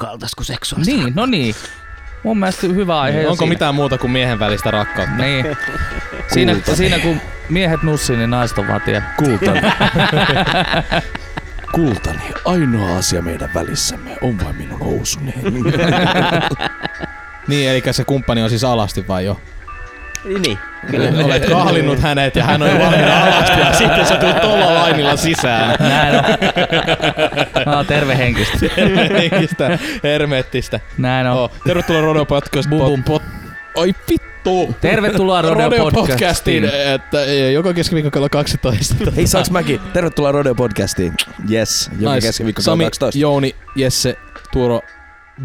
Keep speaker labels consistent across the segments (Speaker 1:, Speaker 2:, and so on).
Speaker 1: rakkaaltas kuin seksuaalista.
Speaker 2: Niin, no niin. Mun mielestä hyvä aihe. ja
Speaker 3: Niin, Onko
Speaker 2: siinä-
Speaker 3: mitään muuta kuin miehen välistä rakkautta?
Speaker 2: Niin. Siinä, siinä kun miehet nussii, niin naiset on vaan tie.
Speaker 4: Kultani. Niin, Kultani, ainoa asia meidän välissämme on vain minun housuni.
Speaker 3: Niin, eli se kumppani on siis alasti vai jo?
Speaker 1: Niin, niin.
Speaker 3: Olet kahlinnut hänet ja hän on jo valmiina alasti ja sitten sä tulet tuolla lainilla sisään.
Speaker 2: Näin on. No, terve henkistä.
Speaker 3: Henkistä, hermeettistä.
Speaker 2: Näin on.
Speaker 3: Oh, tervetuloa Rodeo Podcast.
Speaker 2: Bum, bum.
Speaker 3: Pot, pot, ai vittu!
Speaker 2: Tervetuloa Rodeo Podcastiin.
Speaker 3: Että, eh, joka keskiviikko kello 12.
Speaker 4: Hei, saaks mäkin? Tervetuloa Rodeo Podcastiin. Yes, joka
Speaker 3: Nice.
Speaker 4: keskiviikko kello
Speaker 3: Sami,
Speaker 4: 12.
Speaker 3: Jouni, Jesse, Tuuro,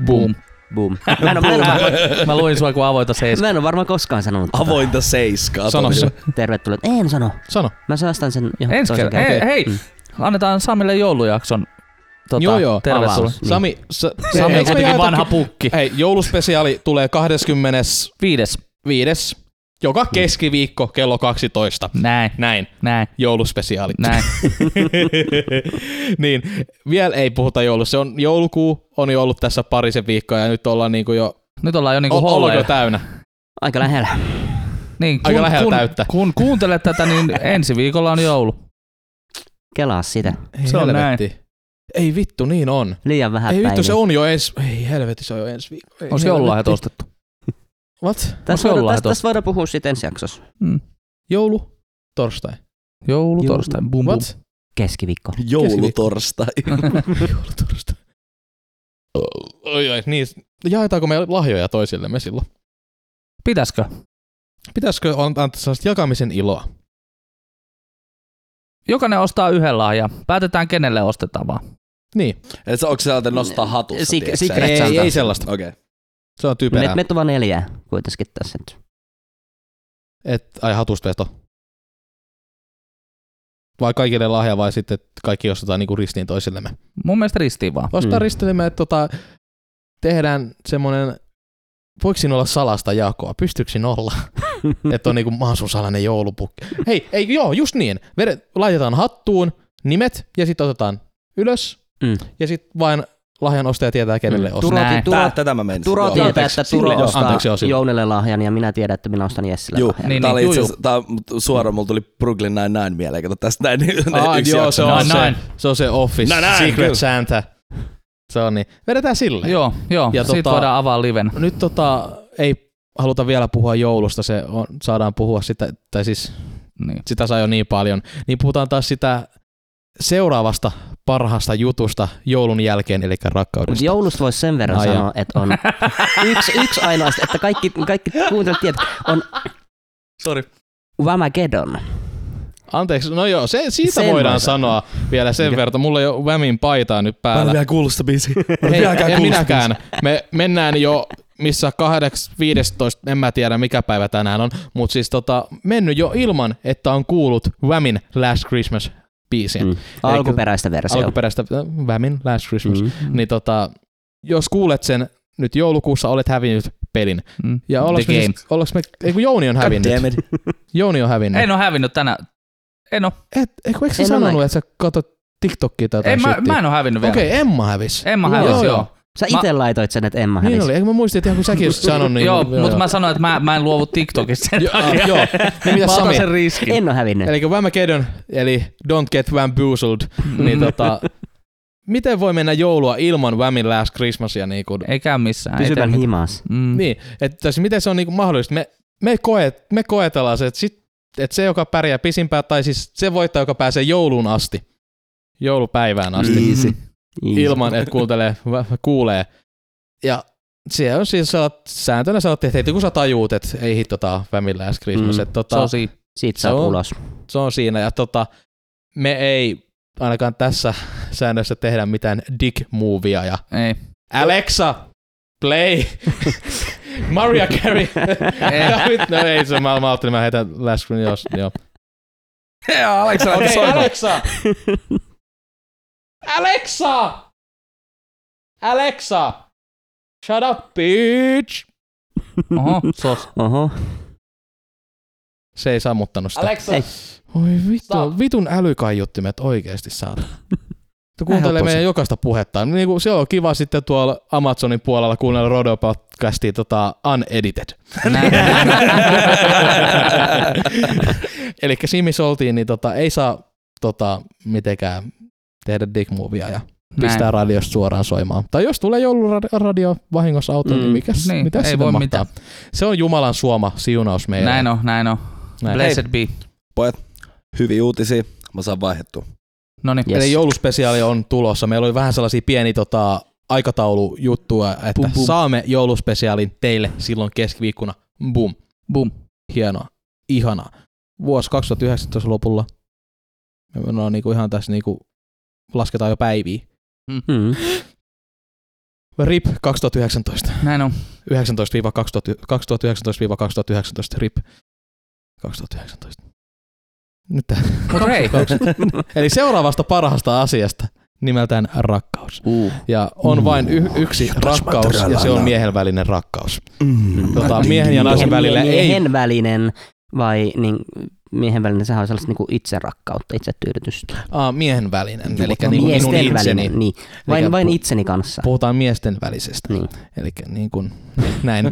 Speaker 3: Boom.
Speaker 1: Boom. Mä en, oo- mä, en, oo varma-
Speaker 2: Mä luin sua kuin avoita seis.
Speaker 1: mä en ole varmaan koskaan sanonut. tota.
Speaker 4: Avointa seiskaa.
Speaker 3: Sano
Speaker 4: todella.
Speaker 3: se.
Speaker 1: Tervetuloa. En sano.
Speaker 3: Sano.
Speaker 1: Mä säästän sen johon
Speaker 2: Ensi
Speaker 1: toisen
Speaker 2: kerran. Hei,
Speaker 1: kerran.
Speaker 2: hei. annetaan Samille joulujakson. Tota,
Speaker 3: Mm. Joo, joo.
Speaker 2: Tervetuloa.
Speaker 1: Avaus. Niin.
Speaker 3: Sami, sa,
Speaker 2: Sami
Speaker 3: eikö
Speaker 2: on
Speaker 3: me
Speaker 2: kuitenkin
Speaker 3: jaetakin-
Speaker 2: vanha pukki.
Speaker 3: Hei, jouluspesiaali tulee 25.
Speaker 2: Viides.
Speaker 3: joka keskiviikko kello 12.
Speaker 2: Näin.
Speaker 3: Näin,
Speaker 2: Näin.
Speaker 3: jouluspesiaali.
Speaker 2: Näin.
Speaker 3: niin, vielä ei puhuta joulusta. Se on joulukuu, on jo ollut tässä parisen viikkoa ja nyt ollaan niinku jo,
Speaker 2: Nyt ollaan jo niinku
Speaker 3: o- ollaan jo
Speaker 2: holleilla.
Speaker 3: täynnä.
Speaker 1: Aika lähellä.
Speaker 2: Niin,
Speaker 3: aika lähellä
Speaker 2: kun,
Speaker 3: täyttä.
Speaker 2: Kun kuuntelet tätä, niin ensi viikolla on joulu.
Speaker 1: Kelaa sitä.
Speaker 2: Se on
Speaker 3: Helvetti. Ei vittu, niin on.
Speaker 1: Liian vähän
Speaker 3: Ei vittu,
Speaker 1: päiviä.
Speaker 3: se on jo ensi... Ei helvetti, se on jo ensi viikko. Ei
Speaker 2: Olisi
Speaker 3: helvetti.
Speaker 2: jollain ostettu.
Speaker 3: What?
Speaker 1: Tässä
Speaker 2: Onko
Speaker 1: voidaan,
Speaker 2: jollain
Speaker 1: tästä,
Speaker 2: tosta?
Speaker 1: tästä voidaan puhua sitten ensi jaksossa.
Speaker 3: Joulu? Torstai.
Speaker 2: Joulu,
Speaker 1: Joulu.
Speaker 2: torstai. Bum, bum.
Speaker 3: What?
Speaker 1: Keskiviikko.
Speaker 4: Joulutorstai.
Speaker 3: Joulutorstai. Oi, oi, niin. Jaetaanko me lahjoja toisillemme silloin?
Speaker 2: Pitäisikö?
Speaker 3: Pitäisikö antaa sellaista jakamisen iloa?
Speaker 2: Jokainen ostaa yhden lahjan. Päätetään kenelle ostetaan vaan.
Speaker 3: Niin.
Speaker 4: Et sä, onko se sieltä nostaa hatusta?
Speaker 1: Sik-
Speaker 4: tiedätkö sä?
Speaker 1: Secret Santa.
Speaker 3: sellaista.
Speaker 4: Okei.
Speaker 3: Se on
Speaker 1: Me,
Speaker 3: typerää.
Speaker 1: me vaan neljää kuitenkin tässä. nyt.
Speaker 3: Et, ai hatuspeto. Vai kaikille lahja vai sitten että kaikki ostetaan niinku ristiin toisillemme?
Speaker 2: Mun mielestä ristiin vaan.
Speaker 3: Ostetaan mm.
Speaker 1: Mm.
Speaker 3: ristilemme, että tota, tehdään semmonen, voiko siinä olla salasta jakoa? Pystyykö siinä olla? että on niinku, mä oon sun salainen joulupukki. Hei, ei, joo, just niin. Vedet, laitetaan hattuun nimet ja sitten otetaan ylös.
Speaker 1: Mm.
Speaker 3: Ja sitten vain lahjan ostaja tietää, kenelle mm. ostaa.
Speaker 1: Turo,
Speaker 2: Näin.
Speaker 1: Turo,
Speaker 4: Tää, tätä mä menisin.
Speaker 1: Turo
Speaker 4: Joo.
Speaker 1: tietää,
Speaker 3: anteeksi.
Speaker 1: että Turo
Speaker 3: Sille, joo,
Speaker 1: ostaa
Speaker 3: anteeksi, joo, sille.
Speaker 1: Jounelle lahjan ja minä tiedän, että minä ostan Jessille
Speaker 4: Juu,
Speaker 1: lahjan.
Speaker 2: Niin,
Speaker 4: tää oli
Speaker 2: niin,
Speaker 4: itse
Speaker 2: juu,
Speaker 4: asiassa, tää mut suoraan mulla tuli Brooklyn Nine-Nine mieleen, kato tästä näin
Speaker 3: Aa,
Speaker 4: yksi
Speaker 3: joo,
Speaker 4: jakso.
Speaker 3: se on,
Speaker 2: Näin,
Speaker 3: se,
Speaker 2: näin.
Speaker 3: se on se Office,
Speaker 4: Näin, näin,
Speaker 3: Secret
Speaker 4: kyllä.
Speaker 3: Santa. Se on niin. Vedetään sille.
Speaker 2: Joo, joo.
Speaker 3: Ja
Speaker 2: Ja Siitä
Speaker 3: tota-
Speaker 2: voidaan avaa liven.
Speaker 3: Nyt tota, ei haluta vielä puhua joulusta, se on, saadaan puhua sitä, tai siis
Speaker 2: Niin.
Speaker 3: sitä saa jo niin paljon. Niin puhutaan taas sitä seuraavasta parhaasta jutusta joulun jälkeen, eli
Speaker 1: Mutta
Speaker 3: rakkaudesta.
Speaker 1: joulusta voisi sen verran
Speaker 3: Ai jaa.
Speaker 1: sanoa, että on yksi, yksi ainoasta, että kaikki, kaikki kuuntelijat tietää, on
Speaker 4: Sori.
Speaker 1: Wamageddon.
Speaker 3: Anteeksi, no joo, se, siitä sen
Speaker 1: Sen
Speaker 3: voidaan
Speaker 1: voidaan.
Speaker 3: sanoa vielä sen verran. Mulla ei ole Vämin paitaa nyt
Speaker 4: Mä en
Speaker 3: päällä.
Speaker 4: vielä kuullut sitä biisiä. Mä en
Speaker 3: Hei,
Speaker 4: vieläkään
Speaker 3: en
Speaker 4: kuullut sitä
Speaker 3: minäkään. Me mennään jo missä 8, 15, en mä tiedä mikä päivä tänään on, mutta siis tota, mennyt jo ilman, että on kuullut Whamin Last Christmas biisin.
Speaker 1: Mm. Alkuperäistä versiota.
Speaker 3: Alkuperäistä äh, Whamin Last Christmas.
Speaker 1: Mm.
Speaker 3: Niin tota, jos kuulet sen nyt joulukuussa, olet hävinnyt pelin.
Speaker 2: Mm.
Speaker 3: Ja ollaanko me,
Speaker 2: The game.
Speaker 3: siis, ollaanko me, ei kun Jouni on
Speaker 4: God
Speaker 3: hävinnyt.
Speaker 4: damn it.
Speaker 3: Jouni on hävinnyt.
Speaker 2: En oo hävinnyt tänä. En oo.
Speaker 3: Et, et, eikö sä
Speaker 1: En
Speaker 3: sanonut,
Speaker 1: ole.
Speaker 3: että sä katsot TikTokia tai
Speaker 2: En,
Speaker 3: jotain
Speaker 2: mä,
Speaker 3: shittiä?
Speaker 2: mä en oo hävinnyt vielä.
Speaker 3: Okei, Emma hävis.
Speaker 2: Emma hävisi, joo.
Speaker 1: Sä itse laitoit sen, että Emma
Speaker 3: Niin
Speaker 1: hävisi.
Speaker 3: oli, eikö mä muistin, että ihan kun säkin olisit sanonut. Niin
Speaker 2: joo, mutta mä sanoin, että mä, mä en luovu TikTokissa.
Speaker 3: Joo, ah, joo. Niin mitä
Speaker 2: Mä otan
Speaker 3: Sami?
Speaker 2: sen riskin.
Speaker 1: En ole hävinnyt.
Speaker 3: Eli Whamageddon, eli Don't Get Bamboozled,
Speaker 2: Mm-hmm.
Speaker 3: niin tota, miten voi mennä joulua ilman Whamin Last Christmasia? Niin, kuin,
Speaker 2: Ei käy missään. ei
Speaker 1: Pysykää
Speaker 2: tehdä mitään.
Speaker 1: himas.
Speaker 2: Mm.
Speaker 3: niin että siis miten se on niin kuin mahdollista? Me, me, koet, me koetellaan se, että, sit, että se, joka pärjää pisimpään, tai siis se voittaa, joka pääsee jouluun asti, joulupäivään asti,
Speaker 4: Mm. Easy.
Speaker 3: ilman, että kuuntelee, vä- kuulee. Ja se on siis saat, sääntönä sanottiin, että heti kun sä tajuut, että ei hitto tää on Whamin Last Christmas.
Speaker 1: Mm.
Speaker 3: Mm. Että, tota,
Speaker 2: Se on siinä.
Speaker 1: Siitä
Speaker 3: Se
Speaker 1: saat
Speaker 3: on.
Speaker 1: ulos.
Speaker 3: se on siinä. Ja tota, me ei ainakaan tässä säännössä tehdä mitään dick movia ja
Speaker 2: Ei.
Speaker 3: Alexa, play Mariah Carey. David, no ei se, mä, mä ajattelin, mä heitän last screen, jos, joo.
Speaker 4: Joo, Alexa lähti
Speaker 3: Okei, okay,
Speaker 4: soimaan.
Speaker 3: Alexa! Alexa! Alexa! Shut up, bitch!
Speaker 2: Oho, sos.
Speaker 1: Oho.
Speaker 3: Se ei sammuttanut sitä.
Speaker 1: Ei.
Speaker 3: Oi vittu,
Speaker 2: Stop.
Speaker 3: vitun älykaiuttimet oikeesti saatana. Te kuuntelee
Speaker 1: helppoa
Speaker 3: meidän
Speaker 1: se.
Speaker 3: jokaista puhetta. Niin kuin se on kiva sitten tuolla Amazonin puolella kuunnella Rodeo-podcastia tota, unedited. Eli siinä missä oltiin, niin tota, ei saa tota, mitenkään tehdä dickmovia ja pistää
Speaker 2: Näin.
Speaker 3: radiosta suoraan soimaan. Tai jos tulee jouluradio vahingossa autoon, mm,
Speaker 1: Mm,
Speaker 3: niin, mikäs,
Speaker 2: niin,
Speaker 3: niin mitä
Speaker 2: ei
Speaker 3: ei
Speaker 2: voi
Speaker 3: voi mahtaa? Se on Jumalan suoma siunaus meille.
Speaker 2: Näin on, näin on.
Speaker 3: Näin.
Speaker 2: Blessed be.
Speaker 4: Hyviä uutisia. Mä saan vaihdettua.
Speaker 2: No niin.
Speaker 1: Yes.
Speaker 3: Eli jouluspesiaali on tulossa. Meillä oli vähän sellaisia pieni tota, aikataulujuttuja, että
Speaker 2: Bum,
Speaker 3: bum,
Speaker 2: bum.
Speaker 3: bum. saamme jouluspesiaalin teille silloin keskiviikkona. Bum.
Speaker 2: Boom.
Speaker 3: Hienoa. Ihanaa. Vuosi 2019 lopulla. Me no, niinku ihan tässä niinku, lasketaan jo päiviä.
Speaker 1: Mm.
Speaker 3: RIP 2019.
Speaker 2: Näin on.
Speaker 3: 19-2000 2019-2019 RIP 2019. Nyt tää.
Speaker 2: Mut hei.
Speaker 3: Eli seuraavasta parhaasta asiasta nimeltään rakkaus.
Speaker 1: Uh.
Speaker 3: Ja on vain y- yksi rakkaus ja se on miehen välinen rakkaus.
Speaker 4: Mm.
Speaker 3: Tota, miehen ja naisen välillä ei.
Speaker 1: miehen välinen vai niin, miehen välinen, sehän on sellaista niinku itserakkautta, itsetyydytystä. Niinku
Speaker 3: Ah, miehen välinen, eli
Speaker 1: Miesten
Speaker 3: niin kuin minun itseni.
Speaker 1: Niin. Vain,
Speaker 3: Eli
Speaker 1: vain
Speaker 3: pu-
Speaker 1: itseni kanssa.
Speaker 3: Puhutaan miesten välisestä.
Speaker 1: Niin.
Speaker 3: Eli niin kuin, näin. Ö,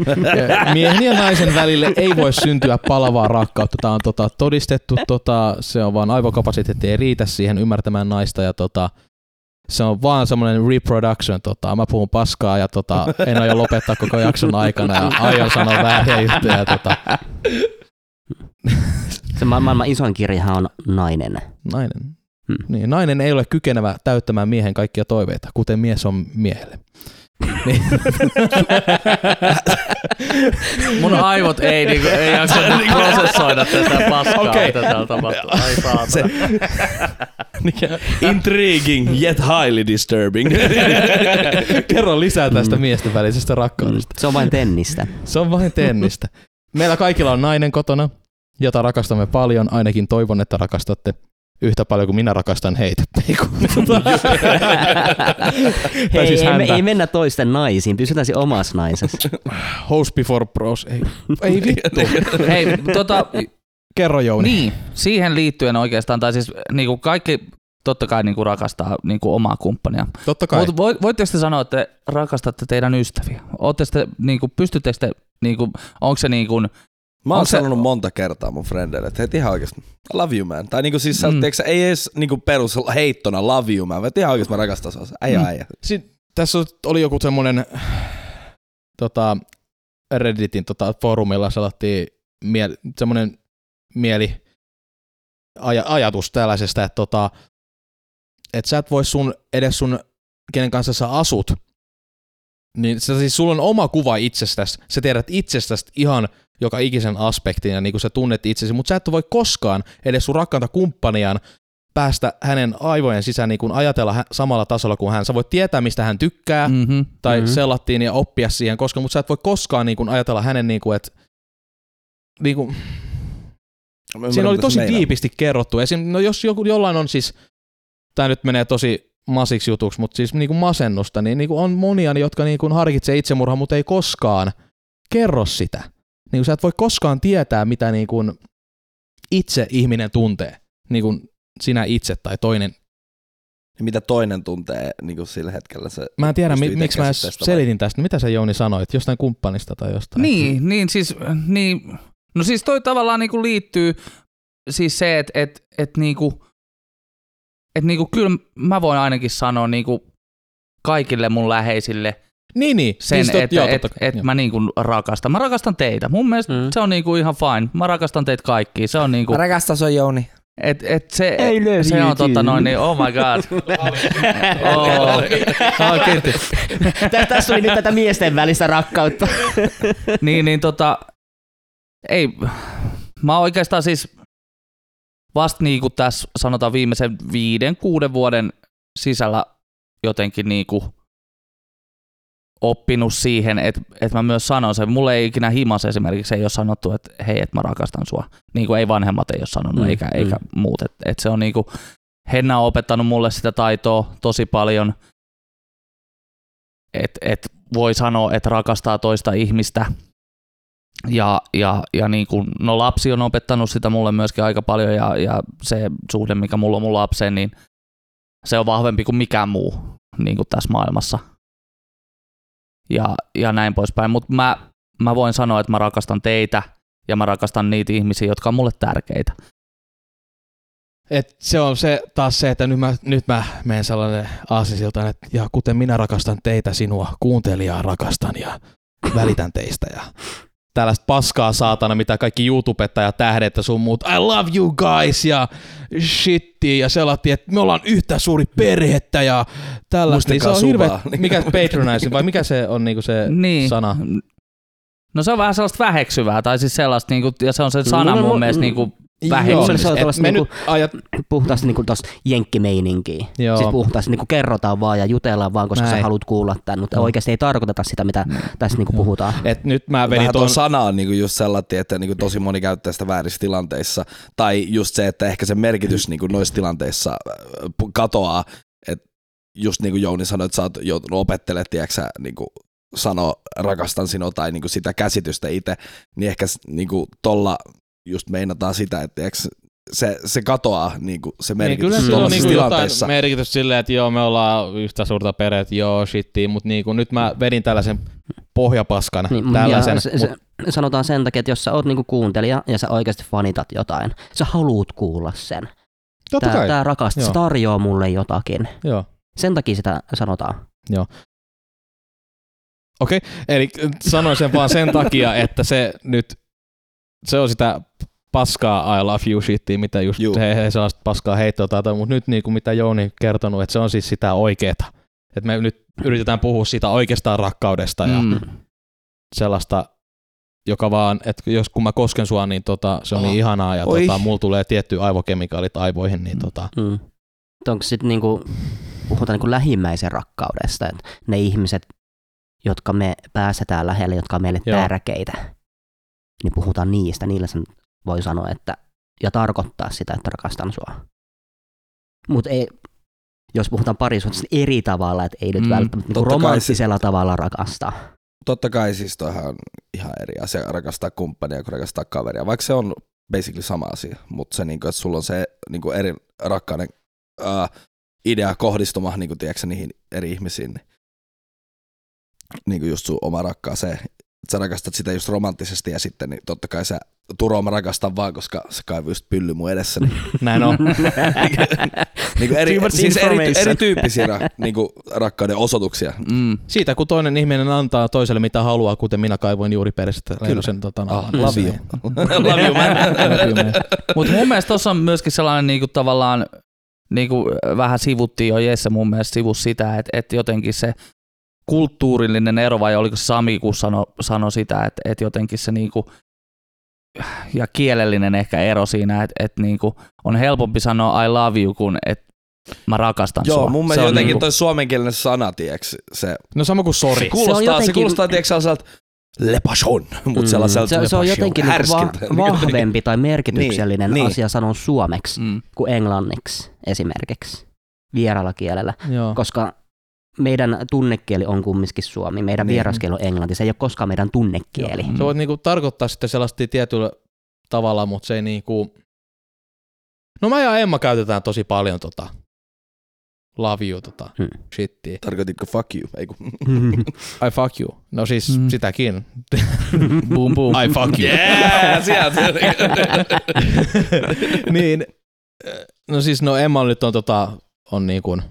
Speaker 3: Miehen ja naisen välille ei voi syntyä palavaa rakkautta. Tämä on tota, todistettu. Tota, se on vaan aivokapasiteetti ei riitä siihen ymmärtämään naista. Ja, tota, se on vaan semmoinen reproduction. Tota. Mä puhun paskaa ja tota, en aio lopettaa koko jakson aikana ja aion sanoa vääriä juttuja. ja Tota.
Speaker 1: Se ma- maailman isoin kirjahan on nainen.
Speaker 3: Nainen.
Speaker 1: Hmm.
Speaker 3: Niin, nainen ei ole kykenevä täyttämään miehen kaikkia toiveita, kuten mies on miehelle. Niin.
Speaker 5: Mun aivot ei, niinku, ei jaksa nyt prosessoida tätä paskaa, okay.
Speaker 3: Okei.
Speaker 5: mitä täällä tapahtuu. Ai saatana.
Speaker 4: Se- Intriguing, yet highly disturbing.
Speaker 3: Kerro lisää tästä miesten välisestä rakkaudesta.
Speaker 1: Se on vain tennistä.
Speaker 3: Se on vain tennistä. Meillä kaikilla on nainen kotona, jota rakastamme paljon. Ainakin toivon, että rakastatte yhtä paljon kuin minä rakastan heitä. Ei kun- Tai
Speaker 1: Hei,
Speaker 3: siis
Speaker 1: ei, me,
Speaker 3: häntä.
Speaker 1: ei mennä toisten naisiin, pysytään siinä omassa naisessa.
Speaker 3: Host before bros. Ei, ei vittu.
Speaker 2: Hei, tota,
Speaker 3: Kerro Jouni.
Speaker 2: niin, siihen liittyen oikeastaan, tai siis niinku kaikki totta kai niinku rakastaa niinku omaa kumppania.
Speaker 3: Totta kai.
Speaker 2: Mutta voitteko te sanoa, että rakastatte teidän ystäviä? Ootteko te, niinku, pystyttekö te, niinku, onko se niinku,
Speaker 4: Mä
Speaker 2: Onko
Speaker 4: oon
Speaker 2: se-
Speaker 4: sanonut monta kertaa mun frendeille, että heti ihan oikeesti, I love you man. Tai niinku siis, mm.
Speaker 2: Mm.
Speaker 4: tiiäksä, ei edes niinku perus heittona love you man, vaan että ihan oikeesti mä rakastan sua. Äijä,
Speaker 2: Mm.
Speaker 4: äijä.
Speaker 3: Sit, tässä oli joku semmoinen tota, Redditin tota, foorumilla salattiin mie- semmoinen mieli aja, ajatus tällaisesta, että tota, et sä et voi sun, edes sun, kenen kanssa sä asut, niin sä, siis sulla on oma kuva itsestäsi, sä tiedät itsestäsi ihan joka ikisen aspektin ja niin kuin sä tunnet itsesi, mutta sä et voi koskaan edes sun rakkaanta kumppaniaan päästä hänen aivojen sisään niin kuin ajatella hä- samalla tasolla kuin hän. Sä voit tietää, mistä hän tykkää,
Speaker 2: mhm,
Speaker 3: tai
Speaker 1: Mhm.
Speaker 3: mm-hmm. sellattiin ja oppia siihen, koska mutta sä et voi koskaan niin kuin, ajatella hänen, niin kuin, että niin kuin,
Speaker 4: Mä ymmärrän,
Speaker 3: siinä oli
Speaker 4: mitä sä
Speaker 3: tosi
Speaker 4: meinaat.
Speaker 3: tiipisti kerrottu. Esim, no jos joku, jollain on siis, tämä nyt menee tosi masiksi jutuksi, mutta siis niin kuin masennusta, niin, niin kuin on monia, jotka niin kuin harkitsee itsemurhaa, mutta ei koskaan kerro sitä. Niin kuin sä et voi koskaan tietää, mitä niin kuin itse ihminen tuntee, niin kuin sinä itse tai toinen
Speaker 4: Ja Mitä toinen tuntee niinku sillä hetkellä se.
Speaker 3: Mä en tiedä,
Speaker 4: Pystyy
Speaker 3: mi-
Speaker 4: itse
Speaker 3: miksi mä edes
Speaker 4: käsittämään sitä
Speaker 3: selitin tästä. Mitä sä Jouni sanoit? Jostain kumppanista tai jostain?
Speaker 2: Niin, niin siis, niin, no siis toi tavallaan niinku liittyy siis se, että et, et niinku, et niinku, kyllä mä voin ainakin sanoa niinku kaikille mun läheisille
Speaker 3: Niin, niin.
Speaker 2: sen,
Speaker 3: Siis tot-
Speaker 2: että
Speaker 3: joo,
Speaker 2: et,
Speaker 3: totta kai,
Speaker 2: et
Speaker 3: joo.
Speaker 2: mä niinku rakastan. Mä rakastan teitä. Mun mielestä
Speaker 1: Mm.
Speaker 2: mm. se on niinku ihan fine. Mä rakastan teitä kaikki. Se on niinku,
Speaker 4: rakastan sua Jouni.
Speaker 2: et, et se,
Speaker 1: Ei löydy
Speaker 2: se on
Speaker 1: YouTube.
Speaker 2: tota noin, niin, oh my god. oh.
Speaker 3: Ah, kenties.
Speaker 1: Tä- Tässä oli nyt tätä miesten välistä rakkautta.
Speaker 2: niin, niin tota, ei, mä oikeastaan siis vasta niin kuin tässä sanotaan viimeisen viiden, kuuden vuoden sisällä jotenkin niin kuin oppinut siihen, että, että mä myös sanon sen. Mulle ei ikinä himas esimerkiksi ei ole sanottu, että hei, että mä rakastan sua. Niin kuin ei vanhemmat ei ole sanonut,
Speaker 1: Mm,
Speaker 2: mm, eikä, eikä
Speaker 1: mm.
Speaker 2: muut. Et, et se on niin kuin, Henna on opettanut mulle sitä taitoa tosi paljon, että et voi sanoa, että rakastaa toista ihmistä. Ja, ja, ja niin kuin, no lapsi on opettanut sitä mulle myöskin aika paljon ja, ja se suhde, mikä mulla on mun lapseen, niin se on vahvempi kuin mikään muu niin kuin tässä maailmassa. Ja, ja näin poispäin. Mutta mä, mä voin sanoa, että mä rakastan teitä ja mä rakastan niitä ihmisiä, jotka on mulle tärkeitä.
Speaker 3: Et se on se, taas se, että nyt mä, nyt mä menen sellainen aasisiltaan, että ja kuten minä rakastan teitä, sinua kuuntelijaa rakastan ja välitän teistä ja tällaista paskaa saatana, mitä kaikki YouTubetta ja tähdet ja sun muut, I love you guys ja shitti ja sellaista, että me ollaan yhtä suuri perhettä ja tällaista. Niin se
Speaker 4: Muistakaa
Speaker 3: on hirveä,
Speaker 4: subaa.
Speaker 3: mikä patronizing vai mikä se on niinku se
Speaker 2: Niin.
Speaker 3: sana?
Speaker 2: No se on vähän sellaista väheksyvää, tai siis sellaista, niinku, ja se on se sana
Speaker 1: No, no,
Speaker 2: mun
Speaker 1: no,
Speaker 2: mielestä
Speaker 1: mm.
Speaker 2: niinku,
Speaker 1: Joo, se on
Speaker 3: Joo, et
Speaker 1: tällaista
Speaker 3: me
Speaker 1: niinku-
Speaker 3: nyt ajat,
Speaker 1: puhtaasti niinku tos jenkkimeininkiä.
Speaker 3: Joo.
Speaker 1: Siis puhtaasti niinku kerrotaan vaan ja jutellaan vaan, koska Näin. sä
Speaker 3: Näin.
Speaker 1: haluat kuulla tämän, mutta oikeasti ei tarkoiteta sitä, mitä tässä niinku puhutaan.
Speaker 3: et nyt mä vedin
Speaker 4: Vähän tuo
Speaker 3: tuon
Speaker 4: sana on niinku just sellainen, että niinku tosi moni käyttää sitä väärissä tilanteissa. Tai just se, että ehkä se merkitys niinku noissa tilanteissa äh, pu- katoaa. Et just niin kuin Jouni sanoi, että sä oot joutunut opettelemaan, tiedätkö niinku sano rakastan sinua tai niinku sitä käsitystä itse, niin ehkä s- niinku tolla just meinataan sitä, että tiedätkö, se, se katoaa niinku se
Speaker 3: Niin,
Speaker 4: merkitys
Speaker 3: kyllä
Speaker 4: niin,
Speaker 3: se on niinku
Speaker 4: tuollaisissa
Speaker 3: jotain
Speaker 4: tilanteissa.
Speaker 3: merkitys silleen, että joo, me ollaan yhtä suurta perheet, joo, shittiin, mutta niinku, nyt mä vedin tällaisen pohjapaskan,
Speaker 1: Niin,
Speaker 3: niin,
Speaker 1: mm,
Speaker 3: tällaisen.
Speaker 1: ja se,
Speaker 3: mut,
Speaker 1: se, sanotaan sen takia, että jos sä oot niinku kuuntelija ja sä oikeasti fanitat jotain, sä haluut kuulla sen.
Speaker 3: totta
Speaker 1: Tää,
Speaker 3: kai,
Speaker 1: tää rakastaa, se
Speaker 3: Joo.
Speaker 1: tarjoaa mulle jotakin.
Speaker 3: joo.
Speaker 1: Sen takia sitä sanotaan.
Speaker 3: Okei, eli sanoin sen vaan sen takia, että se nyt, se on sitä paskaa I love you shittiä, mitä just
Speaker 4: Juu.
Speaker 3: he, he sellaista paskaa heittoa tai mutta nyt niinku mitä Jouni kertonut, että se on siis sitä oikeeta. Että me nyt yritetään puhua siitä oikeastaan rakkaudesta ja
Speaker 2: mm,
Speaker 3: sellaista, joka vaan, että jos kun mä kosken sua, niin tota, se on niin
Speaker 4: Oh.
Speaker 3: ihanaa ja
Speaker 4: Oi.
Speaker 3: tota, mulla tulee tietty aivokemikaalit aivoihin, niin tota,
Speaker 1: Mm. Et Onko sitten niinku, puhutaan niinku lähimmäisen rakkaudesta, että ne ihmiset, jotka me päästetään lähelle, jotka on meille
Speaker 3: Joo.
Speaker 1: tärkeitä, niin puhutaan niistä. Niillä sen voi sanoa, että ja tarkoittaa sitä, että rakastan sua. Mutta ei, jos puhutaan parisuhteesta niin eri tavalla, että ei nyt
Speaker 2: Mm,
Speaker 1: mm, välttämättä niinku
Speaker 4: totta kai
Speaker 1: romanttisella tavalla rakastaa.
Speaker 4: Totta kai siis toihan on ihan eri asia rakastaa kumppania kuin rakastaa kaveria, vaikka se on basically sama asia, mutta se, niinku, että sulla on se niinku eri rakkauden ää, idea kohdistuma niinku, tiedätkö, niihin eri ihmisiin, niin niinku just sun oma rakkaaseen, että sä rakastat sitä just romanttisesti ja sitten niin totta kai sä Turo mä rakastan vaan, koska se kaivoi just pylly mun edessä. Niin,
Speaker 3: näin on.
Speaker 4: niinku eri,
Speaker 1: Too much
Speaker 4: siis eri,
Speaker 1: information.
Speaker 4: erityyppisiä ra, niinku, rakkauden osoituksia.
Speaker 2: mm.
Speaker 3: Siitä kun toinen ihminen antaa toiselle mitä haluaa, kuten minä kaivoin juuri perästä sen tota,
Speaker 4: Ah,
Speaker 3: naaman.
Speaker 4: love you. love you,
Speaker 3: Love
Speaker 4: man.
Speaker 3: you, man.
Speaker 2: Mutta mun mielestä tuossa on myöskin sellainen niinku, tavallaan, niinku, vähän sivuttiin jo Jesse mun mielestä sivus sitä, että et jotenkin se kulttuurillinen ero, vai oliko se Sami, kun sano, sano sitä, että et jotenkin se niinku, äh, ja kielellinen ehkä ero siinä, että et, niinku, on helpompi sanoa I love you, kuin että mä rakastan
Speaker 4: Joo,
Speaker 2: sua.
Speaker 4: mun
Speaker 2: Se
Speaker 4: mielestä
Speaker 2: on
Speaker 4: jotenkin
Speaker 2: niinku-
Speaker 4: toi suomenkielinen sana, tiiäks, se
Speaker 3: No sama kuin sori.
Speaker 4: se kuulostaa, se,
Speaker 1: jotenkin-
Speaker 4: se kuulostaa tiiäks, sellaiselta lepashon, mutta
Speaker 1: Mm.
Speaker 4: mm. sellaiselta
Speaker 1: se, se on
Speaker 4: lepashon,
Speaker 1: jotenkin niinku va-
Speaker 4: härskiltä.
Speaker 1: vahvempi tai merkityksellinen
Speaker 4: Niin, niin.
Speaker 1: asia sanoa suomeksi
Speaker 2: Mm.
Speaker 1: kuin englanniksi esimerkiksi vieraalla kielellä,
Speaker 3: Joo.
Speaker 1: koska meidän tunnekieli on kumminkin suomi, meidän
Speaker 4: Niin.
Speaker 1: vieraskieli on englanti, se ei ole koskaan meidän tunnekieli.
Speaker 4: mm.
Speaker 2: Joo.
Speaker 3: Se voi niinku tarkoittaa sitten sellaista tietyllä tavalla, mutta se ei niinku... No mä ja Emma käytetään tosi paljon tota love you tota
Speaker 1: Hmm.
Speaker 3: shittiä.
Speaker 4: Tarkoititko fuck you? Ei kun.
Speaker 3: I fuck you. No siis
Speaker 2: Mm.
Speaker 3: sitäkin.
Speaker 2: Boom, boom.
Speaker 3: I fuck you.
Speaker 4: Yeah, sieltä.
Speaker 3: niin, eh, no siis no Emma nyt on tota, on niin kuin...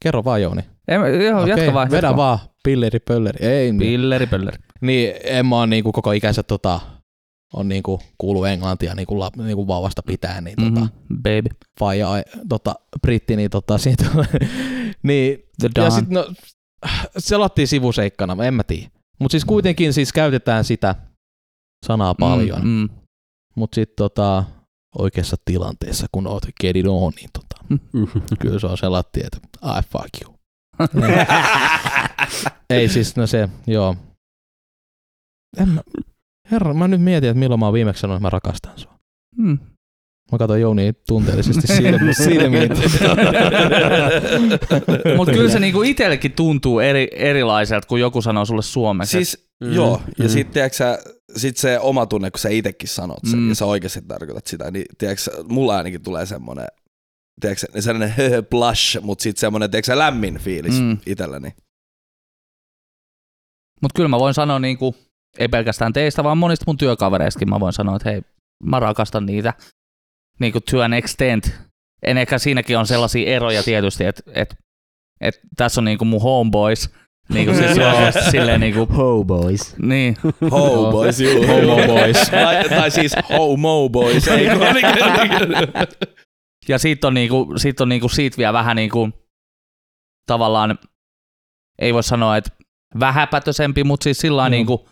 Speaker 3: Kerro vaan Jouni.
Speaker 2: Ei, joo, okay, No, jatka vaan.
Speaker 3: vedä
Speaker 2: jatka
Speaker 3: vaan. Pilleri pölleri. Ei, niin.
Speaker 2: Pilleri, pilleri.
Speaker 3: niin Emma on niin kuin koko ikänsä tota, on niin kuin kuuluu englantia niin kuin, niin kuin vauvasta pitää, niin mm-hmm. tota,
Speaker 2: Mhm, Baby.
Speaker 3: faija, ai- tota, britti, niin tota, siitä on, niin
Speaker 2: The
Speaker 3: ja
Speaker 2: Dawn.
Speaker 3: sitten no, selattiin sivuseikkana, en mä tiedä. Mutta siis kuitenkin siis käytetään sitä sanaa paljon. Mm, mm.
Speaker 2: Mm,
Speaker 3: Mutta sitten tota, oikeassa tilanteessa, kun oot get it on, niin tota,
Speaker 2: Mm-hmm.
Speaker 3: kyllä se on selatti, että I fuck you.
Speaker 2: mm.
Speaker 3: Ei siis, no se, joo. En mä, herra, mä nyt mietin, että milloin mä oon viimeksi sanonut, että mä rakastan sua.
Speaker 2: Mm.
Speaker 3: Mä katsoin Jouni tunteellisesti silmi, silmiin.
Speaker 2: Mutta kyllä se niinku itsellekin tuntuu eri, erilaiselta, kun joku sanoo sulle suomeksi. Siis,
Speaker 4: siis
Speaker 1: Mm.
Speaker 4: mm. joo, ja
Speaker 1: Mm.
Speaker 4: mm. sitten tiiäks, sä- sit se oma tunne, kun sä itekin sanot sen
Speaker 2: Mm.
Speaker 4: mm. ja sä oikeasti tarkoitat sitä, niin tiiäks, mulla ainakin tulee semmoinen tiedätkö, sellainen höhö blush, mutta sitten semmoinen tiedätkö, lämmin fiilis
Speaker 2: Mm.
Speaker 4: mm. itselläni.
Speaker 2: Mutta kyllä mä voin sanoa, niin kuin, ei pelkästään teistä, vaan monista mun työkavereistakin mä voin sanoa, että hei, mä rakastan niitä niin kuin to an extent. En ehkä siinäkin on sellaisia eroja tietysti, että et, et, tässä on niin kuin mun homeboys, niin kuin siis oikeasti silleen niin kuin,
Speaker 1: Ho boys.
Speaker 2: niin,
Speaker 4: Ho boys, juu.
Speaker 3: Homo boys.
Speaker 4: tai, tai siis homo boys, ei kun-
Speaker 2: Ja siitä on, niinku, siitä on niinku siitä vielä vähän niinku, tavallaan, ei voi sanoa, että vähäpätösempi, mutta siis sillä mm.
Speaker 3: Mm.
Speaker 2: niinku,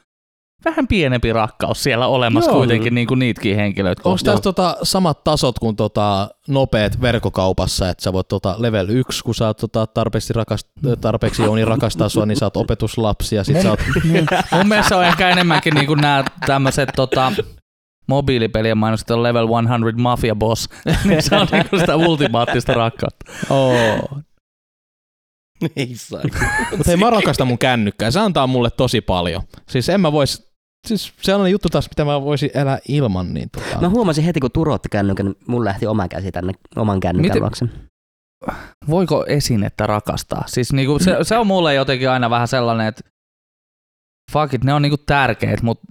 Speaker 2: vähän pienempi rakkaus siellä olemassa
Speaker 3: Joo.
Speaker 2: Joo. kuitenkin niinku niitäkin henkilöitä.
Speaker 3: Onko
Speaker 2: kohtaan.
Speaker 3: tässä tota samat tasot kuin tota nopeet verkkokaupassa, että sä voit tota level 1, kun sä oot tota tarpeeksi, rakast, tarpeeksi Jouni rakastaa sua, niin sä oot opetuslapsi ja sit sä oot...
Speaker 2: Mun mielestä on ehkä enemmänkin niinku nämä tämmöiset tota, mobiilipelien mainokset on Level 100 Mafia Boss, niin se on niinku sitä ultimaattista rakkautta.
Speaker 3: Oh.
Speaker 4: Ei saa.
Speaker 3: Mutta hei, mä rakastan mun kännykkää. Se antaa mulle tosi paljon. Siis en mä vois... Siis sellainen juttu taas, mitä mä voisin elää ilman, niin tota...
Speaker 1: Mä huomasin heti, kun Turo otti kännykän, niin mulla lähti oma käsi tänne oman kännykän
Speaker 2: Miten-
Speaker 1: luokse.
Speaker 2: Voiko esinettä rakastaa? Siis niinku, se, se on mulle jotenkin aina vähän sellainen, että fuck it, ne on niinku tärkeet, mutta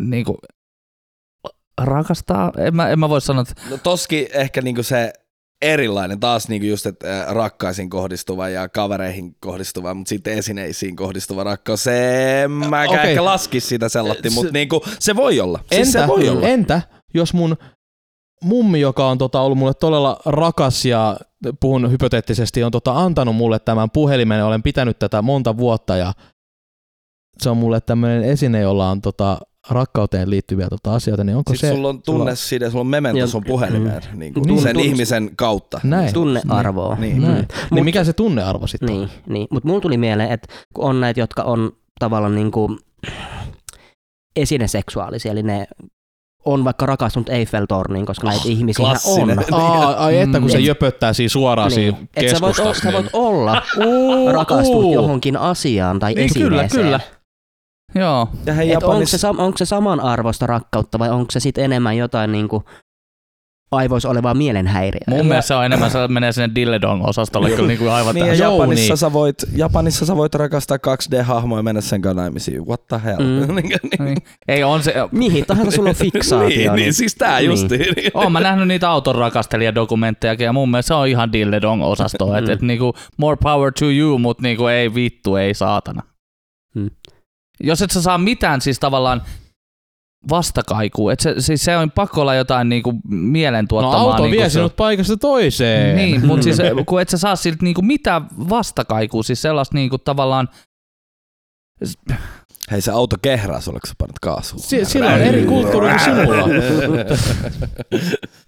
Speaker 2: niinku, rakastaa, en mä, en mä voi sanoa, että
Speaker 4: No toski ehkä niinku se erilainen taas niinku just, että äh, rakkaisiin kohdistuva ja kavereihin kohdistuva, mutta sitten esineisiin kohdistuva rakkaus, se en mäkään
Speaker 3: Okei.
Speaker 4: okay. ehkä laski sitä sellatti,
Speaker 3: Se-
Speaker 4: mutta niinku, se voi olla. Siis
Speaker 3: Entä,
Speaker 4: se voi olla.
Speaker 3: entä jos mun mummi, joka on tota, ollut mulle todella rakas ja puhun hypoteettisesti, on tota, antanut mulle tämän puhelimen ja olen pitänyt tätä monta vuotta ja se on mulle tämmöinen esine, jolla on tota, rakkauteen liittyviä tota, asioita, niin onko
Speaker 1: Siis
Speaker 4: Sitten
Speaker 3: se... Mm.
Speaker 4: sulla on tunne siitä, sulla on memento
Speaker 1: Joo.
Speaker 4: sun puhelimeen, niinku,
Speaker 1: Niin.
Speaker 4: sen
Speaker 1: Tunnus-
Speaker 4: ihmisen kautta.
Speaker 3: Näin.
Speaker 1: Tunnearvoa.
Speaker 4: Niin.
Speaker 3: Näin.
Speaker 1: Mm.
Speaker 3: Niin
Speaker 1: Mut-
Speaker 3: mikä se tunnearvo sitten? on?
Speaker 1: Niin, niin. mutta mulla tuli mieleen, että kun on näitä, jotka on tavallaan niin kuin esineseksuaalisia, eli ne on vaikka rakastunut Eiffeltorniin, koska näitä oh, ihmisiä on.
Speaker 4: Ah, klassinen.
Speaker 3: Aa, ai että kun se
Speaker 1: Mm.
Speaker 3: jöpöttää siinä suoraan siinä
Speaker 1: Niin. Et sä voit, o-
Speaker 3: keskustassa.
Speaker 1: sä voit
Speaker 3: niin-
Speaker 1: olla rakastunut johonkin asiaan tai
Speaker 2: Niin, kyllä,
Speaker 1: esineeseen.
Speaker 2: kyllä. joo,
Speaker 4: Ja hei,
Speaker 1: Et onko,
Speaker 4: Japanissa
Speaker 1: se, sam- onko se samanarvoista rakkautta vai onko se sitten enemmän jotain niin kuin aivoissa olevaa
Speaker 2: mun
Speaker 1: mielenhäiriöä?
Speaker 2: mielestä se on enemmän, se menee sinne Dilledong-osastolle kyllä niinku aivan
Speaker 4: Niin, ja
Speaker 2: täysin.
Speaker 3: Jouni.
Speaker 4: Japanissa, sä voit, Japanissa sä voit rakastaa 2D-hahmoa ja mennä sen kanssa naimisiin. What the hell?
Speaker 1: Mm.
Speaker 4: niin,
Speaker 2: Niin. Ei, on se,
Speaker 1: Mihin tahansa sulla on fiksaatio.
Speaker 4: niin, niin, siis tää
Speaker 1: Niin.
Speaker 4: justiin.
Speaker 2: Oon mä nähnyt niitä auton rakastelijadokumenttejakin ja mun mielestä se on ihan dilledong-osasto.
Speaker 3: Mm.
Speaker 2: että et niinku, more power to you, mutta niinku, ei vittu, ei saatana.
Speaker 1: Mm.
Speaker 2: Jos et sä saa mitään siis tavallaan vastakaikua, et se, siis se on pakko olla jotain niinku
Speaker 3: No
Speaker 2: mielentuottamaa.
Speaker 3: auto
Speaker 2: niinku
Speaker 3: vie
Speaker 2: se-
Speaker 3: sinut paikasta toiseen.
Speaker 2: Niin, mutta siis kun et sä saa siltä niinku mitään vastakaikua, siis sellaista niinku tavallaan,
Speaker 4: Hei, se auto kehraa sulle, kun sä panet kaasua.
Speaker 3: Si- sillä on eri kulttuuri kuin sinulla.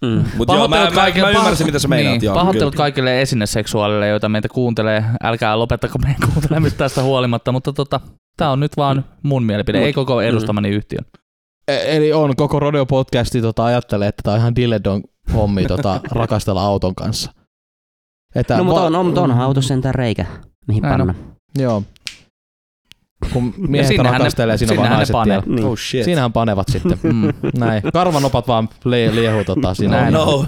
Speaker 1: Mm.
Speaker 4: Mut joo, mä, mä, mä,
Speaker 2: kaikille-
Speaker 4: ymmärsin, mitä sä meinaat.
Speaker 2: Niin,
Speaker 4: joo,
Speaker 2: pahoittelut
Speaker 4: kyllä.
Speaker 2: kaikille esineseksuaaleille, joita meitä kuuntelee. Älkää lopettako meidän kuuntelemista tästä huolimatta, mutta tota, tämä on nyt vaan mun mielipide, ei
Speaker 4: mm.
Speaker 2: koko edustamani yhtiön.
Speaker 3: E- Eli on koko Rodeo podcasti tota, ajattelee, että tämä on ihan Dilledon hommi tota, rakastella auton kanssa. Että
Speaker 1: No mutta on, on,
Speaker 3: va- Mm.
Speaker 1: mutta onhan autossa sentään reikä, mihin
Speaker 2: Näin on.
Speaker 1: panna.
Speaker 3: Joo. Kun
Speaker 2: Ja
Speaker 3: miehet
Speaker 2: sinnehän ne-
Speaker 3: rakastelee, siinä on vaan
Speaker 2: sinnehän ne
Speaker 3: naiset
Speaker 2: panee.
Speaker 3: tiellä.
Speaker 1: Niin.
Speaker 4: Oh shit.
Speaker 3: Siinähän panevat sitten.
Speaker 2: Mm.
Speaker 3: Näin. Karvanopat vaan le- liehuu tota siinä.
Speaker 2: Näin.
Speaker 4: No.
Speaker 3: Oh,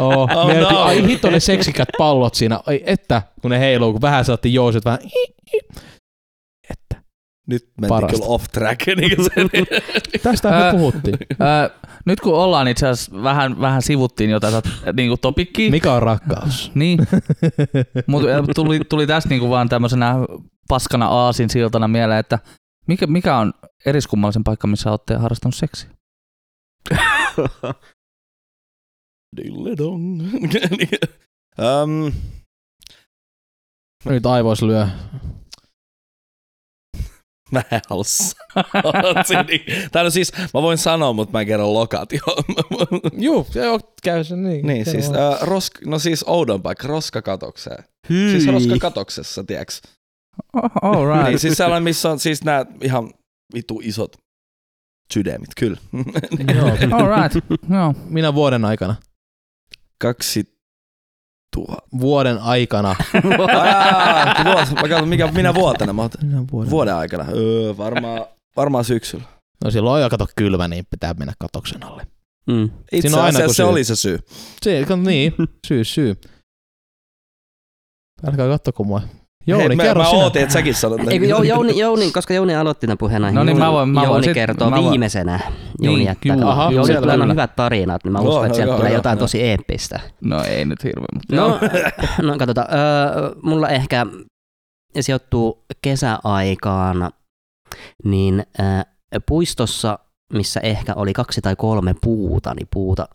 Speaker 4: Oh,
Speaker 3: oh,
Speaker 4: no.
Speaker 3: no. Ai hitto ne seksikät pallot siinä. Ai että, kun ne heiluu, kun vähän saatti jouset vähän. Että.
Speaker 4: Nyt mentiin
Speaker 3: Parasta.
Speaker 4: kyllä off track. Niin kuin se,
Speaker 3: Tästä me
Speaker 2: Ää,
Speaker 3: puhuttiin.
Speaker 2: Öö, nyt kun ollaan itse asiassa vähän, vähän sivuttiin jotain niin kuin topikkiä,
Speaker 3: Mikä on rakkaus?
Speaker 2: niin, mutta tuli, tuli tässä niin kuin vaan tämmöisenä paskana aasin siltana mieleen, että mikä, mikä on eriskummallisen paikka, missä olette harrastanut seksiä?
Speaker 4: Dilledong. um,
Speaker 3: Nyt aivois lyö.
Speaker 4: mä en halua sanoa. Tää on siis, mä voin sanoa, mutta mä en kerro lokaatio.
Speaker 3: Juu, joo, käy se niin.
Speaker 4: niin, siis,
Speaker 3: Joo.
Speaker 4: äh, rosk, no siis oudon paikka, roskakatokseen. Hyi. Siis roskakatoksessa, tiiäks?
Speaker 2: Oh, all right.
Speaker 4: Niin, siis sellainen, missä on siis nämä ihan vitu isot sydämit, kyllä.
Speaker 3: Joo.
Speaker 2: Niin. All right. Joo.
Speaker 3: Minä vuoden aikana.
Speaker 4: Kaksi tuhat.
Speaker 3: Vuoden aikana.
Speaker 4: Aa, vuosi. Mä katson, mikä, minä vuotena mä oon
Speaker 3: Minä vuoden.
Speaker 4: Vuoden aikana? Öö, varmaan varmaa syksyllä.
Speaker 3: No silloin on jo kato kylmä, niin pitää mennä katoksen alle.
Speaker 1: Mm.
Speaker 4: Itse
Speaker 3: Siinä on aina
Speaker 4: asiassa se
Speaker 3: joku syy.
Speaker 4: oli se syy.
Speaker 3: Se, kat- niin, syy, syy. Älkää kattoko mua. Jouni,
Speaker 2: niin
Speaker 4: Hei,
Speaker 3: Hei, kerro
Speaker 4: mä, mä
Speaker 3: sinä.
Speaker 4: ootin, että säkin sanot.
Speaker 1: Ei, kun Jou- Jouni, Jouni, koska Jouni aloitti tämän puheena.
Speaker 2: No niin,
Speaker 1: Jouni,
Speaker 2: mä voin- mä voin
Speaker 1: Jouni
Speaker 2: sit-
Speaker 1: kertoo
Speaker 2: mä voin.
Speaker 1: viimeisenä. Jouni
Speaker 2: Niin,
Speaker 1: jättää.
Speaker 2: kyllä.
Speaker 3: Aha,
Speaker 1: Jouni
Speaker 3: selvä,
Speaker 1: tulee aina
Speaker 3: kyllä.
Speaker 1: hyvät tarinat, niin mä uskon,
Speaker 4: Joo,
Speaker 1: että sieltä
Speaker 4: joo,
Speaker 1: tulee
Speaker 4: joo,
Speaker 1: jotain
Speaker 4: joo.
Speaker 1: tosi eeppistä.
Speaker 2: No ei nyt hirveä, mutta
Speaker 1: No, no katsotaan. Öö, mulla ehkä sijoittuu kesäaikaan, niin öö, puistossa, missä ehkä oli kaksi tai kolme puuta, niin puuta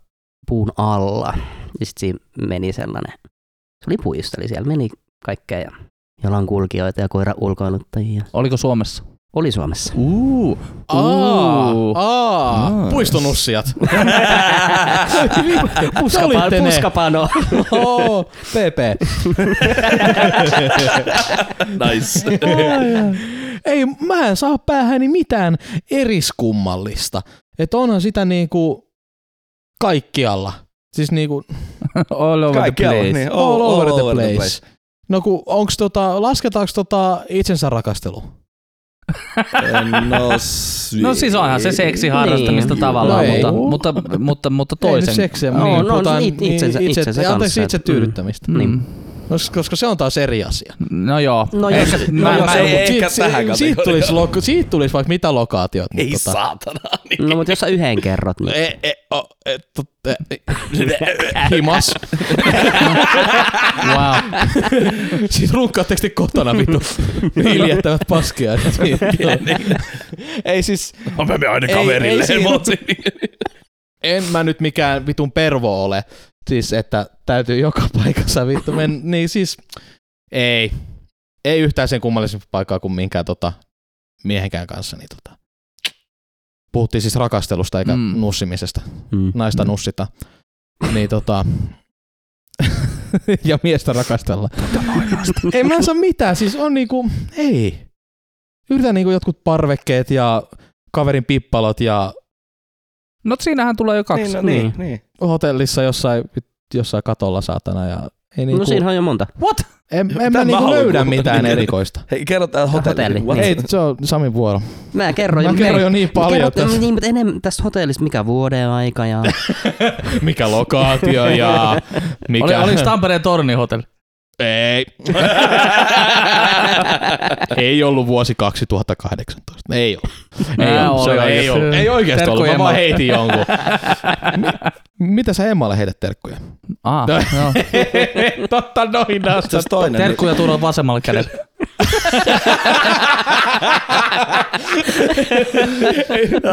Speaker 1: puun alla. Ja sitten siinä meni sellainen, se oli puisto, eli siellä meni kaikkea ja jalankulkijoita ja koiraulkoiluttajia.
Speaker 2: oliko Suomessa?
Speaker 1: Oli Suomessa.
Speaker 2: Uu,
Speaker 3: Aa,
Speaker 2: uu.
Speaker 3: aa,
Speaker 2: Nice.
Speaker 3: puistonussijat. Puskapa-
Speaker 1: Puskapano,
Speaker 3: puska-
Speaker 1: puskapano.
Speaker 3: Oo, PP.
Speaker 4: Nice.
Speaker 3: Ei, mä en saa päähäni mitään eriskummallista. Että onhan sitä niinku kaikkialla. Siis niinku
Speaker 2: All over the
Speaker 4: Kaikkialla,
Speaker 2: place.
Speaker 4: niin.
Speaker 3: all, all over, the, place. No kun, onks tota, lasketaanko tota itsensä rakastelu?
Speaker 4: No,
Speaker 2: No siis onhan se seksiharrastamista
Speaker 1: Niin.
Speaker 2: tavallaan,
Speaker 3: No ei.
Speaker 2: mutta, mutta, mutta, mutta
Speaker 3: Ei
Speaker 2: toisen.
Speaker 3: nyt seksiä,
Speaker 1: No,
Speaker 3: no, niin,
Speaker 1: no,
Speaker 3: puhutaan niin,
Speaker 1: it- itsensä- itsensä
Speaker 3: itse,
Speaker 1: kanssa,
Speaker 3: anteeksi,
Speaker 1: et-
Speaker 3: itse tyydyttämistä.
Speaker 1: Niin.
Speaker 2: Mm.
Speaker 3: No, koska se on taas eri asia.
Speaker 2: No joo.
Speaker 1: No
Speaker 2: Ehkä-
Speaker 1: jos-
Speaker 2: mä,
Speaker 4: no
Speaker 2: mä,
Speaker 4: jos
Speaker 2: mä,
Speaker 4: ei-
Speaker 2: ei,
Speaker 4: ei- ehkä tähän
Speaker 3: si- siitä,
Speaker 4: kategoriaan.
Speaker 3: tulisi, lo- siitä tulisi vaikka mitä lokaatiot. mut
Speaker 4: Ei saatana.
Speaker 1: No mutta jos sä yhden kerrot, niin
Speaker 3: E, e, o, e, to, e, e, himas.
Speaker 2: wow.
Speaker 3: siis runkkaatteko te kotona vitu? Hiljettävät paskia. ei siis,
Speaker 4: No mä menen aina
Speaker 3: Ei-
Speaker 4: kaverille.
Speaker 3: ei siinä-
Speaker 4: mut-
Speaker 3: en mä nyt mikään vitun pervo ole. Siis, että täytyy joka paikassa vittu mennä. Niin siis, ei. Ei yhtään sen kummallisempaa paikkaa kuin minkään tota, miehenkään kanssa. Niin tota. Puhuttiin siis rakastelusta eikä
Speaker 2: Mm.
Speaker 3: mm. nussimisesta.
Speaker 1: mm.
Speaker 3: Naista mm. nussita. Niin tota... ja miestä rakastella.
Speaker 1: No
Speaker 3: ei mä en saa mitään, siis on niinku, ei. Yritän niinku jotkut parvekkeet ja kaverin pippalot ja
Speaker 2: No siinähän tulee jo kaksi.
Speaker 4: Niin, no
Speaker 1: Niin.
Speaker 4: niin, niin.
Speaker 3: hotellissa jossain, jossain katolla saatana ja ei niinku,
Speaker 1: No siinä on jo monta.
Speaker 2: What?
Speaker 3: en, en
Speaker 4: Tän
Speaker 3: mä
Speaker 4: mä
Speaker 3: niinku
Speaker 4: haluan
Speaker 3: löydä
Speaker 4: kuulla.
Speaker 3: mitään erikoista.
Speaker 4: Hei, kerrotaan hotelli.
Speaker 1: Hotelli,
Speaker 4: What?
Speaker 1: niin.
Speaker 3: Ei, se on Samin vuoro.
Speaker 1: Mä kerron
Speaker 3: Mä
Speaker 1: jo.
Speaker 3: kerron jo niin paljon.
Speaker 1: Kerrot,
Speaker 3: Kerrot,
Speaker 1: niin, mutta enemmän tästä hotellista, mikä vuoden aika ja...
Speaker 3: mikä lokaatio ja mikä...
Speaker 2: Oli, oliko Tampereen tornihotelli?
Speaker 3: Ei. ei ollut vuosi 2018. Ei ollut. Ei,
Speaker 2: Ää,
Speaker 3: ollut.
Speaker 2: oli
Speaker 3: Se oli,
Speaker 2: oikeesti.
Speaker 3: ei, ollut. ei oikeasti ollut. Mä
Speaker 2: Terkkuja
Speaker 3: vaan
Speaker 2: Emmalle.
Speaker 3: heitin jonkun. Mi- Mitä sä Emmalle heität terkkuja?
Speaker 2: Ah,
Speaker 3: No.
Speaker 2: joo.
Speaker 3: Totta noin
Speaker 4: Tässä toinen.
Speaker 2: Terkkuja tuodaan vasemmalla kädellä.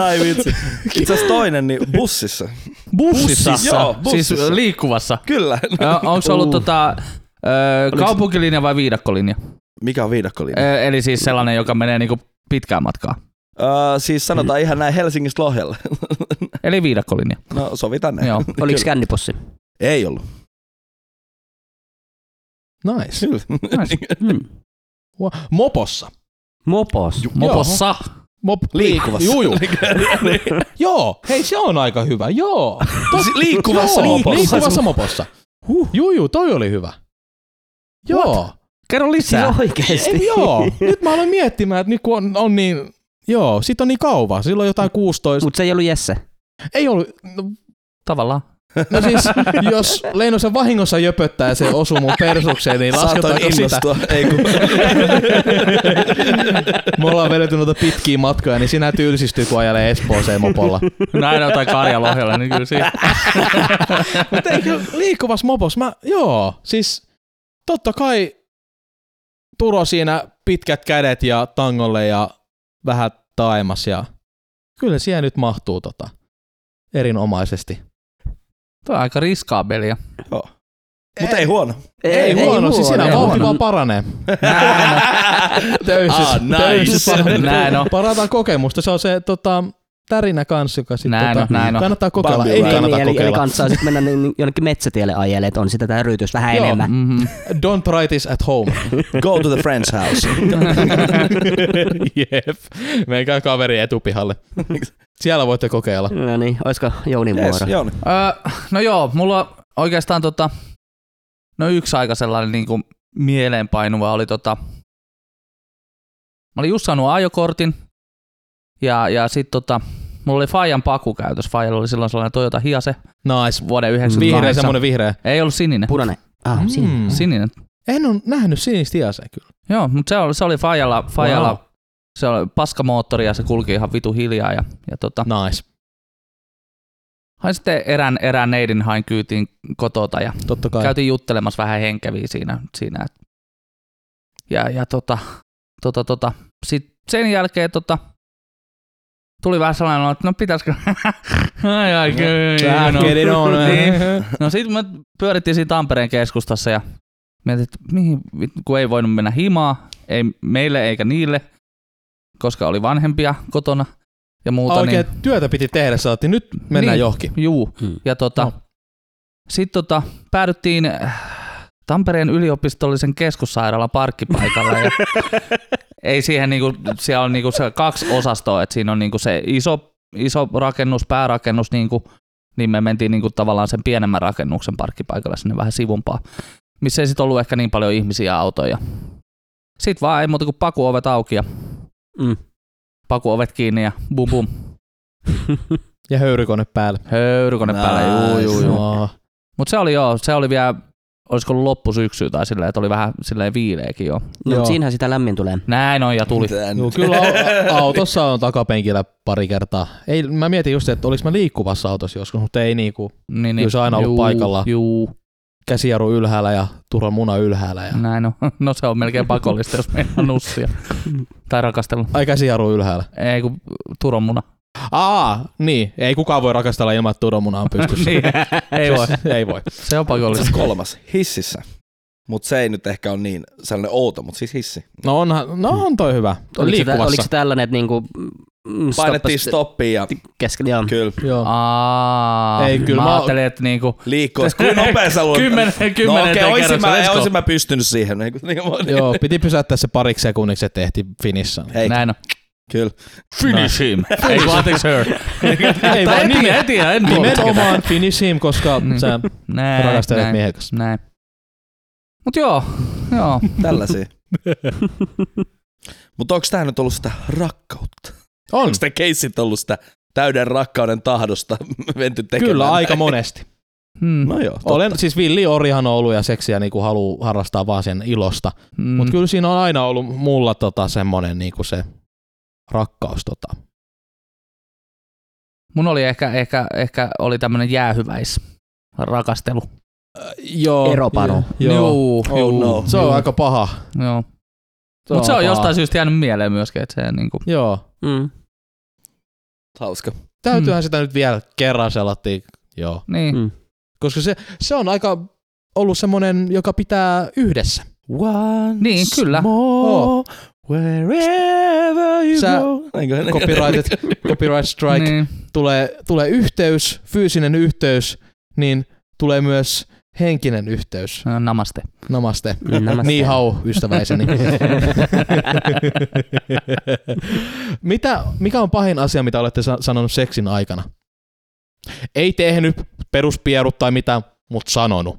Speaker 4: Ai vitsi. Itse asiassa toinen, niin bussissa.
Speaker 2: Bussissa?
Speaker 4: Joo, bussissa.
Speaker 2: Siis liikkuvassa.
Speaker 4: Kyllä.
Speaker 2: Onko se ollut tota, ö, kaupunkilinja vai viidakkolinja?
Speaker 4: Mikä on viidakkolinja?
Speaker 2: Ö, Eli siis sellainen, joka menee niinku pitkään matkaa.
Speaker 4: Öö, siis sanotaan ihan näin Helsingistä Lohjalle.
Speaker 2: Eli viidakkolinja.
Speaker 4: No sovitaan näin.
Speaker 2: Joo.
Speaker 1: Oliko kännipossi?
Speaker 4: Ei ollut.
Speaker 3: Nice.
Speaker 4: Kyllä.
Speaker 1: Mm.
Speaker 3: Wow. Mopossa.
Speaker 1: Mopos.
Speaker 2: Mopossa.
Speaker 3: Mop,
Speaker 4: Liikkuvassa.
Speaker 3: Juu, juu. Joo, hei se on aika hyvä, joo.
Speaker 4: Si- liikkuvassa
Speaker 3: joo,
Speaker 4: mopossa.
Speaker 3: Liikkuvassa mopossa. Huh. Juu, juu, toi oli hyvä. Joo.
Speaker 2: Kerro
Speaker 1: Siis
Speaker 2: lisää.
Speaker 1: oikeesti.
Speaker 3: Ei, joo, nyt mä aloin miettimään, että nyt kun on, on niin... Joo, sit on niin kauan. Silloin jotain 16.
Speaker 1: Mut se ei ollut Jesse.
Speaker 3: Ei ollut... No,
Speaker 2: Tavallaan.
Speaker 3: no siis, jos Leinosen vahingossa jöpöttää ja se osuu mun persukseen, niin
Speaker 4: Saatoin
Speaker 3: lasketaanko sitä?
Speaker 4: innostua. Ei kun.
Speaker 3: Me ollaan vedetty noita pitkiä matkoja, niin sinä tylsistyy, kun ajelee Espooseen mopolla.
Speaker 2: Näin jotain Karjalohjalla, niin kyllä siinä.
Speaker 3: Mutta eikö liikkuvassa mopossa? Mä, joo, siis totta kai Turo siinä pitkät kädet ja tangolle ja vähän taimas ja kyllä siellä nyt mahtuu tota erinomaisesti.
Speaker 2: Tuo on aika riskaabelia.
Speaker 4: Mutta ei huono.
Speaker 3: Ei, ei huono, siis siinä
Speaker 1: ei
Speaker 3: vauhti
Speaker 1: huono.
Speaker 3: vaan paranee.
Speaker 2: Näin on.
Speaker 3: Töissä.
Speaker 4: Ah, nice.
Speaker 2: Näin on.
Speaker 3: Parataan kokemusta, se on se tota, tärinä kanssa, joka sitten
Speaker 2: Näin on,
Speaker 3: tota,
Speaker 2: näin on.
Speaker 3: kannattaa kokeilla.
Speaker 4: Bambi
Speaker 3: Ei
Speaker 4: Ride.
Speaker 1: Ei, niin,
Speaker 3: kannata
Speaker 1: eli, eli
Speaker 3: kokeilla.
Speaker 1: kanssa sitten mennä niin, niin jonnekin metsätielle ajelemaan, että on sitä tää ryytys vähän
Speaker 3: Joo.
Speaker 1: enemmän.
Speaker 2: Mhm.
Speaker 3: Don't try this at home.
Speaker 4: Go to the friend's house.
Speaker 3: Jep. Menkää kaveri etupihalle. Siellä voitte kokeilla.
Speaker 1: No niin, oisko Jounin
Speaker 4: Yes,
Speaker 1: vuoro?
Speaker 4: Jouni.
Speaker 2: Öö, no joo, mulla on oikeastaan tota, no yksi aika sellainen niinku mieleenpainuva oli tota, mä olin just saanut ajokortin ja, ja sit tota, Mulla oli Fajan paku käytössä. Fajalla oli silloin sellainen Toyota Hiase
Speaker 3: Nice.
Speaker 2: vuoden
Speaker 3: Vihreä,
Speaker 2: 98.
Speaker 3: semmonen vihreä.
Speaker 2: Ei ollut sininen.
Speaker 1: Punainen. Ah, mm. siinä.
Speaker 3: Mm.
Speaker 2: Sininen.
Speaker 3: En ole nähnyt sinistä hiasea kyllä.
Speaker 2: Joo, mutta se oli, se oli Fajalla, Fajalla
Speaker 3: Wow.
Speaker 2: wow. se oli paskamoottori ja se kulki ihan vitu hiljaa. Ja, ja tota,
Speaker 3: Nice.
Speaker 2: hain sitten erään, erään neidin hain kyytiin kotota ja
Speaker 3: Totta kai.
Speaker 2: käytiin juttelemassa vähän henkeviä siinä. siinä et- ja, ja tota, tota, tota. Sitten sen jälkeen tota, tuli vähän sellainen, olo, että no pitäisikö... ai, ai, kyllä,
Speaker 3: Ah,
Speaker 2: no.
Speaker 3: get it on.
Speaker 2: Niin. No sitten me pyörittiin siinä Tampereen keskustassa ja mietin, että mihin, vit- kun ei voinut mennä himaa, ei meille eikä niille, koska oli vanhempia kotona ja muuta.
Speaker 3: Oikein työtä piti tehdä, saatiin nyt mennään
Speaker 2: Niin.
Speaker 3: johonkin.
Speaker 2: Niin, juu.
Speaker 1: Mm.
Speaker 2: Ja tota,
Speaker 3: No.
Speaker 2: no. sitten tota, päädyttiin äh, Tampereen yliopistollisen keskussairaalan parkkipaikalle. ja ei siihen, niinku, siellä on niinku se kaksi osastoa, että siinä on niinku se iso, iso rakennus, päärakennus, niinku, niin me mentiin niinku tavallaan sen pienemmän rakennuksen parkkipaikalle sinne vähän sivumpaa, missä ei sitten ollut ehkä niin paljon ihmisiä ja autoja. Sitten vaan ei muuta kuin pakuovet auki ja
Speaker 1: Mm.
Speaker 2: pakuovet kiinni ja bum bum,
Speaker 1: No,
Speaker 3: Ja höyrykone päälle.
Speaker 2: höyrykone päälle, juu juu juu.
Speaker 3: No.
Speaker 2: Mutta se oli joo, se oli vielä, olisiko loppusyksyä tai silleen, että oli vähän silleen viileäkin joo.
Speaker 1: No,
Speaker 3: Joo.
Speaker 1: mut siinähän sitä lämmin tulee.
Speaker 2: Näin on ja tuli.
Speaker 4: Tän-
Speaker 3: Joo, kyllä au- autossa on takapenkillä pari kertaa. Ei, mä mietin just, että oliko mä liikkuvassa autossa joskus, mutta ei niinku
Speaker 2: Niin,
Speaker 3: Kyllä se aina ollut
Speaker 2: juu,
Speaker 3: paikalla.
Speaker 2: Juu,
Speaker 3: käsijaru ylhäällä ja turva muna ylhäällä. Ja...
Speaker 2: näin on. No se on melkein pakollista, jos meillä on nussia. tai rakastella.
Speaker 3: Ai käsijaru ylhäällä.
Speaker 2: Ei kun Turon muna.
Speaker 3: Aa, niin. Ei kukaan voi rakastella ilman, että turvan muna on pystyssä.
Speaker 2: niin, ei voi.
Speaker 3: ei voi.
Speaker 2: Se on
Speaker 4: Itse
Speaker 2: pakollista.
Speaker 4: asiassa kolmas, hississä. Mutta se ei nyt ehkä ole niin sellainen outo, mutta siis hissi.
Speaker 3: No, onhan, no on toi hyvä.
Speaker 1: Oliko se, tä-
Speaker 3: liikkuvassa.
Speaker 1: oliko se tällainen, että niinku... mm,
Speaker 4: Painettiin
Speaker 1: stoppas-
Speaker 4: stoppiin ja
Speaker 1: Keskellä, joo.
Speaker 4: kyllä
Speaker 3: Joo.
Speaker 2: Aa,
Speaker 3: Ei, kyllä mä-
Speaker 2: mä ajattelin, että niinku,
Speaker 4: liikkuessa. Kuin nopea sä luulet?
Speaker 2: Kymmenen-
Speaker 4: no
Speaker 2: kymmenen
Speaker 4: okei,
Speaker 2: tee
Speaker 4: oisin
Speaker 2: kerroksen,
Speaker 4: mä,
Speaker 2: let's go.
Speaker 4: oisin mä pystynyt siihen. Niin, kuin- niin, kuin-
Speaker 3: Joo, piti pysäyttää se pariksi sekunniksi, että ehti finissa.
Speaker 4: Hei,
Speaker 2: näin on.
Speaker 4: kyllä.
Speaker 2: Finish him. Ei kun anteeksi her.
Speaker 3: ei
Speaker 2: Tai
Speaker 3: vaan
Speaker 2: en
Speaker 3: niin.
Speaker 2: tiedä, en tiedä, en tuomitse.
Speaker 3: Nimenomaan finish him, koska
Speaker 2: Niin.
Speaker 3: sä
Speaker 2: Näin,
Speaker 3: rakastelet
Speaker 2: näin,
Speaker 3: miehen kanssa.
Speaker 2: näin. Mut joo,
Speaker 4: No
Speaker 2: joo.
Speaker 4: Tällaisia. Mutta onko tämä nyt ollut sitä rakkautta?
Speaker 3: On,
Speaker 4: Onko tämä keissit ollut sitä täyden rakkauden tahdosta menty tekemään?
Speaker 3: kyllä aika
Speaker 4: näin?
Speaker 3: monesti.
Speaker 2: Hmm.
Speaker 4: No joo. To-
Speaker 3: Olen, siis Villi Orihan on ollut ja seksiä niinku haluaa harrastaa vaan sen ilosta.
Speaker 2: Mm.
Speaker 3: Mutta kyllä siinä on aina ollut mulla tota semmonen niinku se rakkaus. Tota.
Speaker 2: Mun oli ehkä, ehkä, ehkä oli tämmönen jäähyväis rakastelu.
Speaker 3: Joo.
Speaker 1: Eroparo.
Speaker 3: Joo. Joo.
Speaker 4: Oh no.
Speaker 3: Se on
Speaker 2: Juu.
Speaker 3: aika paha.
Speaker 2: Joo. Mutta se on
Speaker 3: paha.
Speaker 2: jostain syystä jäänyt mieleen myöskin, että se niinku...
Speaker 3: Joo.
Speaker 1: Mm.
Speaker 4: Hauska.
Speaker 3: Täytyyhän sitä nyt vielä kerran selattiin. Joo.
Speaker 2: Niin.
Speaker 1: Mm.
Speaker 3: Koska se, se on aika ollut semmonen, joka pitää yhdessä.
Speaker 4: Once
Speaker 2: Niin, kyllä.
Speaker 3: Oh.
Speaker 4: wherever you
Speaker 3: Sä-
Speaker 4: go. Näinkö-
Speaker 3: Copyrighted, copyright strike.
Speaker 2: Niin.
Speaker 3: Tulee, tulee yhteys, fyysinen yhteys, niin tulee myös henkinen yhteys.
Speaker 2: No, Namaste.
Speaker 3: Namaste.
Speaker 1: Mm, namaste.
Speaker 3: Niin hau, ystäväiseni. mitä, mikä on pahin asia, mitä olette sa- sanonut seksin aikana? Ei tehnyt peruspierut tai mitään, mutta sanonut.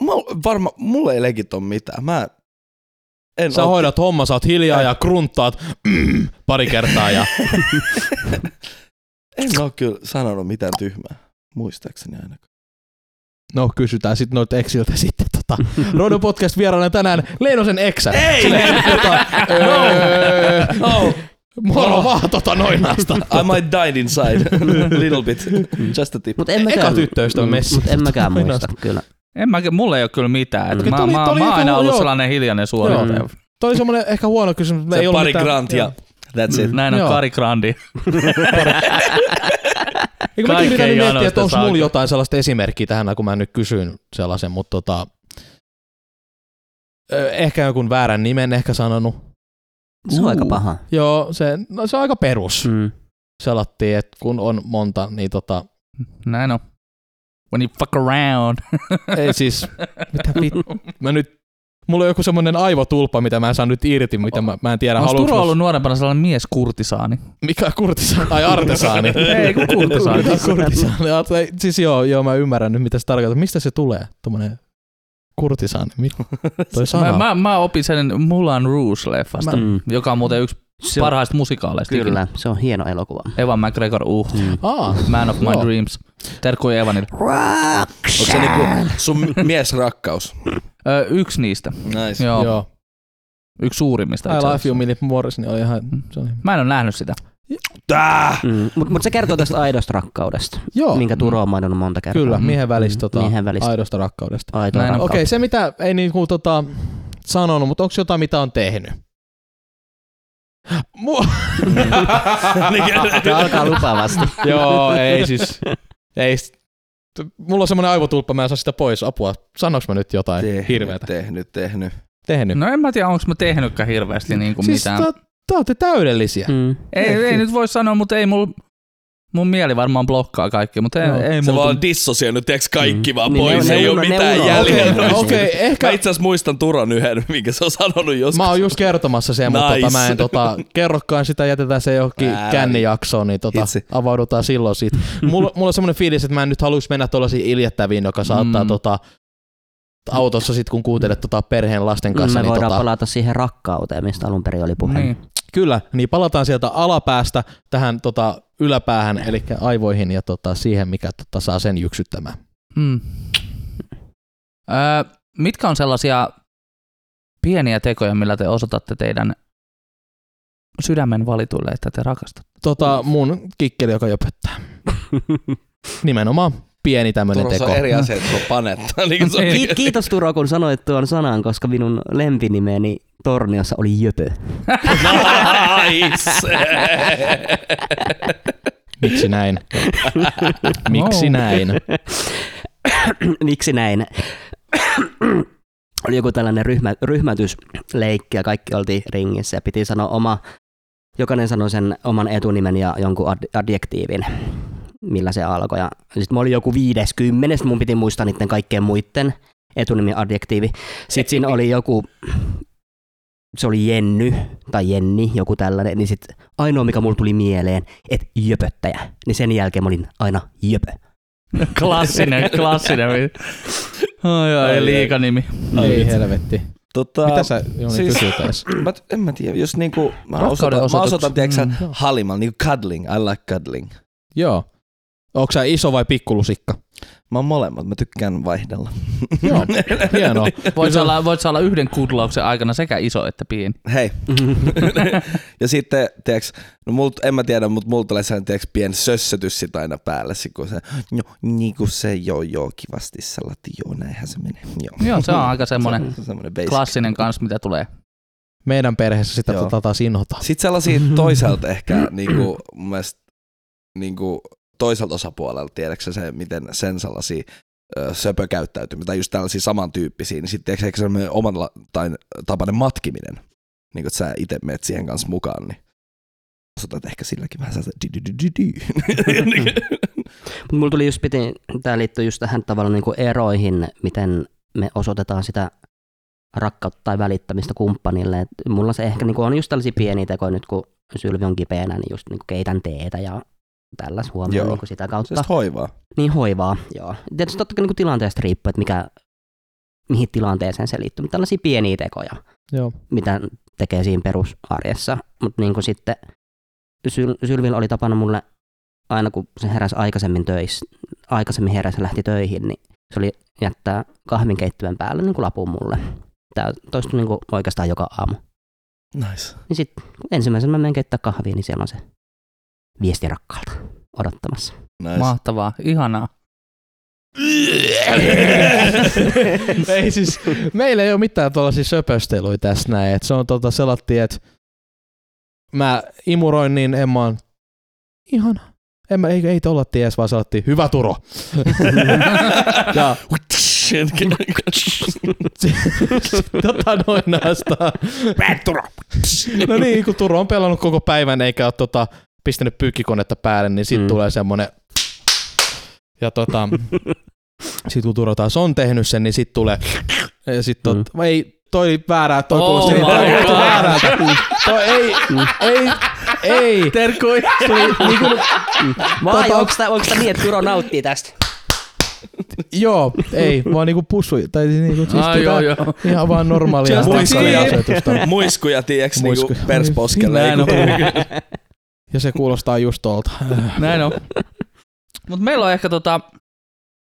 Speaker 4: Mä, varma, mulla ei legit ole mitään. Mä en
Speaker 3: Sä
Speaker 4: oo-
Speaker 3: hoidat homma, sä oot hiljaa ja krunttaat mm, pari kertaa. Ja,
Speaker 4: En ole kyllä sanonut mitään tyhmää. Muistaakseni ainakaan.
Speaker 3: no kysytään sitten noilta eksiltä sitten. Tota. Rodon podcast vieraana tänään Leinosen eksä.
Speaker 4: Ei!
Speaker 3: Silleen, tota, öö,
Speaker 4: Oh,
Speaker 3: Moro vaan tota noinaasta.
Speaker 4: I might die inside. Little bit. Just a tip.
Speaker 1: Mut en
Speaker 3: Eka
Speaker 1: mäkään,
Speaker 3: tyttöystävä messissä.
Speaker 1: Mutta en mäkään
Speaker 3: Aina
Speaker 1: muista, kyllä.
Speaker 2: En mä, mulla ei ole kyllä mitään.
Speaker 1: Mm.
Speaker 2: Mm. Mä,
Speaker 3: Tuli-
Speaker 2: tuli, mä,
Speaker 3: tuli
Speaker 2: mä, oon aina
Speaker 3: joku-
Speaker 2: ollut
Speaker 3: joo.
Speaker 2: sellainen hiljainen suorittaja.
Speaker 1: Mm.
Speaker 3: Toi oli semmonen ehkä huono kysymys. me
Speaker 4: Se
Speaker 3: ei ollut
Speaker 4: pari
Speaker 3: mitään-
Speaker 4: grantia. That's it.
Speaker 2: Näin on
Speaker 3: Joo.
Speaker 2: Kari Grandi.
Speaker 3: Eikö mäkin
Speaker 2: Kaikkea
Speaker 3: yritän
Speaker 2: ei
Speaker 3: nyt miettiä, että
Speaker 2: ainoastaan
Speaker 3: onko mulla
Speaker 2: saako.
Speaker 3: jotain sellaista esimerkkiä tähän, kun mä nyt kysyn sellaisen, mutta tota, ö, ehkä jonkun väärän nimen ehkä sanonut.
Speaker 1: Se on aika
Speaker 4: Uu.
Speaker 1: paha.
Speaker 3: Joo, se, no, se on aika perus. Mm.
Speaker 1: Mm.
Speaker 3: Selattiin, että kun on monta, niin tota,
Speaker 2: Näin on. When you fuck around.
Speaker 3: ei siis, mitä vittu. Mä nyt, mulla on joku semmonen aivotulpa, mitä mä en saa nyt irti, mitä mä, mä en tiedä.
Speaker 2: Onko
Speaker 3: haluanko
Speaker 2: Turo
Speaker 3: mä-
Speaker 2: ollut nuorempana sellainen mies kurtisaani?
Speaker 3: Mikä kurtisaani? Ai artesaani.
Speaker 2: Ei, kun kurtisaani.
Speaker 3: Mikä kurtisaani. Arte- Siis joo, joo, mä ymmärrän nyt, mitä se tarkoittaa. Mistä se tulee, tommonen kurtisaani? Mi- Toi sana.
Speaker 2: Mä, mä, mä opin sen Mulan Rouge-leffasta,
Speaker 1: Mm.
Speaker 2: joka on muuten yksi
Speaker 1: Se on,
Speaker 2: parhaista musikaaleista. ikinä.
Speaker 1: kyllä, se on hieno elokuva.
Speaker 2: Evan McGregor, uh,
Speaker 1: Mm.
Speaker 3: Aa,
Speaker 2: Man of my
Speaker 3: Joo.
Speaker 2: dreams. Terkkuja Evanille.
Speaker 4: Onko se niinku sun miesrakkaus?
Speaker 2: Ö, yksi niistä.
Speaker 4: Nice.
Speaker 2: Joo. Joo.
Speaker 3: joo. joo.
Speaker 2: Yksi suurimmista.
Speaker 3: I
Speaker 2: itse
Speaker 3: love
Speaker 2: asiassa.
Speaker 3: you, Minute Morris, niin oli ihan... Se oli.
Speaker 2: Mä en ole nähnyt sitä.
Speaker 4: Tää!
Speaker 1: Mm. Mutta mut se kertoo tästä aidosta rakkaudesta,
Speaker 3: Joo,
Speaker 1: minkä Turo on mainonnut monta kertaa.
Speaker 3: kyllä,
Speaker 2: Mm,
Speaker 3: miehen välistä, tota,
Speaker 1: miehen välistä.
Speaker 3: aidosta rakkaudesta.
Speaker 1: Aitoa
Speaker 2: Näin on.
Speaker 1: rakkautta.
Speaker 3: Okei, okay, se mitä ei niinku tota, sanonut, mutta onko jotain mitä on tehnyt? Mu- Niin,
Speaker 1: Tämä alkaa lupaavasti.
Speaker 3: Joo, ei siis. Ei. s- t- Mulla on semmoinen aivotulppa, mä en saa sitä pois. Apua. Sanoks mä nyt jotain
Speaker 4: Tehnyt,
Speaker 3: hirveätä?
Speaker 4: tehnyt, tehnyt.
Speaker 3: Tehnyt.
Speaker 2: No en mä tiedä, onko mä tehnytkään hirveästi niin kuin
Speaker 3: siis
Speaker 2: mitään.
Speaker 3: te, te olette täydellisiä.
Speaker 1: Mm.
Speaker 2: Ei, ei nyt voi sanoa, mutta ei mulla... Mun mieli varmaan blokkaa kaikki, mutta ei,
Speaker 3: Joo.
Speaker 2: ei
Speaker 4: Se
Speaker 2: muuta.
Speaker 4: vaan dissosioinut, tiiäks, kaikki
Speaker 1: Mm.
Speaker 4: vaan
Speaker 1: Niin,
Speaker 4: pois.
Speaker 1: ne-
Speaker 4: ei
Speaker 1: ne-
Speaker 4: ole
Speaker 1: ne-
Speaker 4: mitään
Speaker 1: ne-
Speaker 4: jäljellä.
Speaker 1: Okei,
Speaker 4: noista.
Speaker 3: Okei, ehkä
Speaker 4: Mä itse asiassa muistan Turon yhden, minkä se on sanonut joskus.
Speaker 3: mä oon just kertomassa sen, mutta
Speaker 4: Nice.
Speaker 3: tota, mä en tota, kerrokaan sitä, jätetään se johonkin
Speaker 4: Älä.
Speaker 3: kännijaksoon, niin tota,
Speaker 4: Hitsi.
Speaker 3: avaudutaan silloin siitä. Mulla, mulla on semmoinen fiilis, että mä en nyt halus mennä tuollaisiin iljettäviin, joka saattaa
Speaker 2: Mm.
Speaker 3: tota, autossa sit kun kuuntelet tota perheen lasten kanssa,
Speaker 1: Mm, Me
Speaker 3: niin
Speaker 1: voidaan
Speaker 3: tota,
Speaker 1: palata siihen rakkauteen, mistä alun perin oli puhe.
Speaker 2: Niin.
Speaker 3: Kyllä, niin palataan sieltä alapäästä tähän tota, yläpäähän, eli aivoihin ja tota, siihen, mikä tota, saa sen jyksyttämään.
Speaker 2: Mm. Öö, mitkä on sellaisia pieniä tekoja, millä te osoitatte teidän sydämen valituille, että te rakastatte?
Speaker 3: Tota, mun kikkeli, joka jöpöttää. Nimenomaan pieni tämmöinen
Speaker 4: Turossa
Speaker 3: teko.
Speaker 4: on eri asia, että se on panetta. Niin se on-
Speaker 1: Ki- kiitos Turo, kun sanoit tuon sanan, koska minun lempinimeni Torniossa oli Jöpö.
Speaker 4: Nice.
Speaker 3: Miksi näin? Miksi
Speaker 2: Wow.
Speaker 3: näin?
Speaker 1: Miksi näin? oli joku tällainen ryhmä, ryhmätysleikki ja kaikki oltiin ringissä ja piti sanoa oma, jokainen sanoi sen oman etunimen ja jonkun ad- adjektiivin, millä se alkoi. Ja sitten mä olin joku 50, mun piti muistaa niiden kaikkien muiden etunimi ja adjektiivi. Sitten siinä oli joku, se oli Jenny tai Jenni, joku tällainen, niin sitten ainoa mikä mulla tuli mieleen, että jöpöttäjä, niin sen jälkeen mä olin aina jöpö.
Speaker 2: Klassinen, klassinen. Ai, ai,
Speaker 4: Ai,
Speaker 2: ai liikanimi.
Speaker 3: No Ei helvetti.
Speaker 4: Tota,
Speaker 3: Mitä sä,
Speaker 4: siis-
Speaker 3: Jouni, Niin. siis... kysyt edes?
Speaker 4: Mä, en mä tiedä, jos niinku, mä
Speaker 2: Rakkauden
Speaker 4: osoitan, mä
Speaker 2: osoitukset.
Speaker 4: osoitan tiedätkö,
Speaker 2: Mm.
Speaker 4: mm. halimalla, niinku cuddling, I like cuddling.
Speaker 3: Joo. Onko sä iso vai pikkulusikka?
Speaker 4: Mä oon molemmat, mä tykkään vaihdella.
Speaker 3: Joo, Niin. hienoa.
Speaker 2: Voit sä olla, voit sä olla yhden kudlauksen aikana sekä iso että pieni.
Speaker 4: Hei. ja sitten, tiiäks, no mult, en mä tiedä, mutta mulla tulee sellainen tiiäks, pieni sössötys sit aina päälle, sit kun se, no, niin kuin se, joo, joo, kivasti se lati, joo, näinhän se menee. Joo.
Speaker 2: Joo, se on aika semmoinen
Speaker 4: Se on semmoinen basic.
Speaker 2: klassinen kans, mitä tulee.
Speaker 3: Meidän perheessä sitä
Speaker 4: Joo.
Speaker 3: tota, taas inhotaan.
Speaker 4: Sitten sellaisia toisaalta ehkä niinku, mun mielestä, niinku, toiselta osapuolelta, tiedätkö se, miten sen sellaisia ö, söpökäyttäytymisiä tai just tällaisia samantyyppisiä, niin sitten ehkä semmoinen oman la- tai tapainen matkiminen, niin kun että sä itse menet siihen kanssa mukaan, niin osoitat ehkä silläkin vähän sellaista dy-dy-dy-dy-dy.
Speaker 1: Mut Mulla tuli just piti, tämä liittyy just tähän tavalla niin eroihin, miten me osoitetaan sitä rakkautta tai välittämistä kumppanille. Et mulla se ehkä niin on just tällaisia pieniä tekoja nyt, kun Sylvi on kipeänä, niin just niin keitän teetä ja tälläs
Speaker 4: Joo. Siis
Speaker 1: huomioon niin sitä kautta.
Speaker 4: Sellaista hoivaa.
Speaker 1: Niin hoivaa, joo. Tietysti totta kai niin tilanteesta riippuu, että mikä, mihin tilanteeseen se liittyy, mutta tällaisia pieniä tekoja
Speaker 3: Joo.
Speaker 1: mitä tekee siinä perusarjessa. Mutta niin kuin sitten Syl- Sylvillä oli tapana mulle aina kun se heräsi aikaisemmin töissä, aikaisemmin heräsi ja lähti töihin, niin se oli jättää kahvinkeittimen päälle niin kuin lapun mulle. Tämä toistui niin kuin oikeastaan joka aamu.
Speaker 4: Nice.
Speaker 1: Niin sitten ensimmäisenä mä menen keittää kahvia, niin siellä on se viesti rakkaalta odottamassa.
Speaker 4: nice.
Speaker 2: Mahtavaa, ihanaa.
Speaker 3: ei siis, meillä ei ole mitään tuollaisia söpösteluja tässä näin. Et se on tota selatti, että mä imuroin niin Emma on ihana. En mä, ei, ei tolla ties, vaan selatti hyvä Turo. ja tota noin naasta. No niin, kun Turo on pelannut koko päivän eikä ole tota, pistänyt pyykkikonetta päälle, niin sit
Speaker 1: Mm.
Speaker 3: mm. tulee semmonen ja tota, sit kun Turo taas on tehnyt sen, niin sit tulee, ja sit tot, mm. ei, toi väärää, toi
Speaker 2: Oh
Speaker 3: kuulosti,
Speaker 2: my
Speaker 3: toi kuulosti
Speaker 2: God.
Speaker 3: väärältä. Toi ei, ei, ei.
Speaker 2: Terkkuja.
Speaker 3: Se oli niinku,
Speaker 1: Vai
Speaker 3: Tota-
Speaker 1: onko tämä niin, että Turo nauttii tästä?
Speaker 3: Joo, ei, vaan niinku pussu, tai niinku siis
Speaker 5: Ai joo,
Speaker 3: tota,
Speaker 5: joo.
Speaker 3: ihan vaan normaalia
Speaker 4: Just
Speaker 3: muistoja
Speaker 4: kidding.
Speaker 3: asetusta.
Speaker 4: Muiskuja, tiiäks, niinku
Speaker 3: Muiskuja.
Speaker 4: persposkelle. niinku
Speaker 2: Näin on.
Speaker 3: Ja se kuulostaa just tuolta.
Speaker 2: Näin on. Mutta meillä on ehkä tota,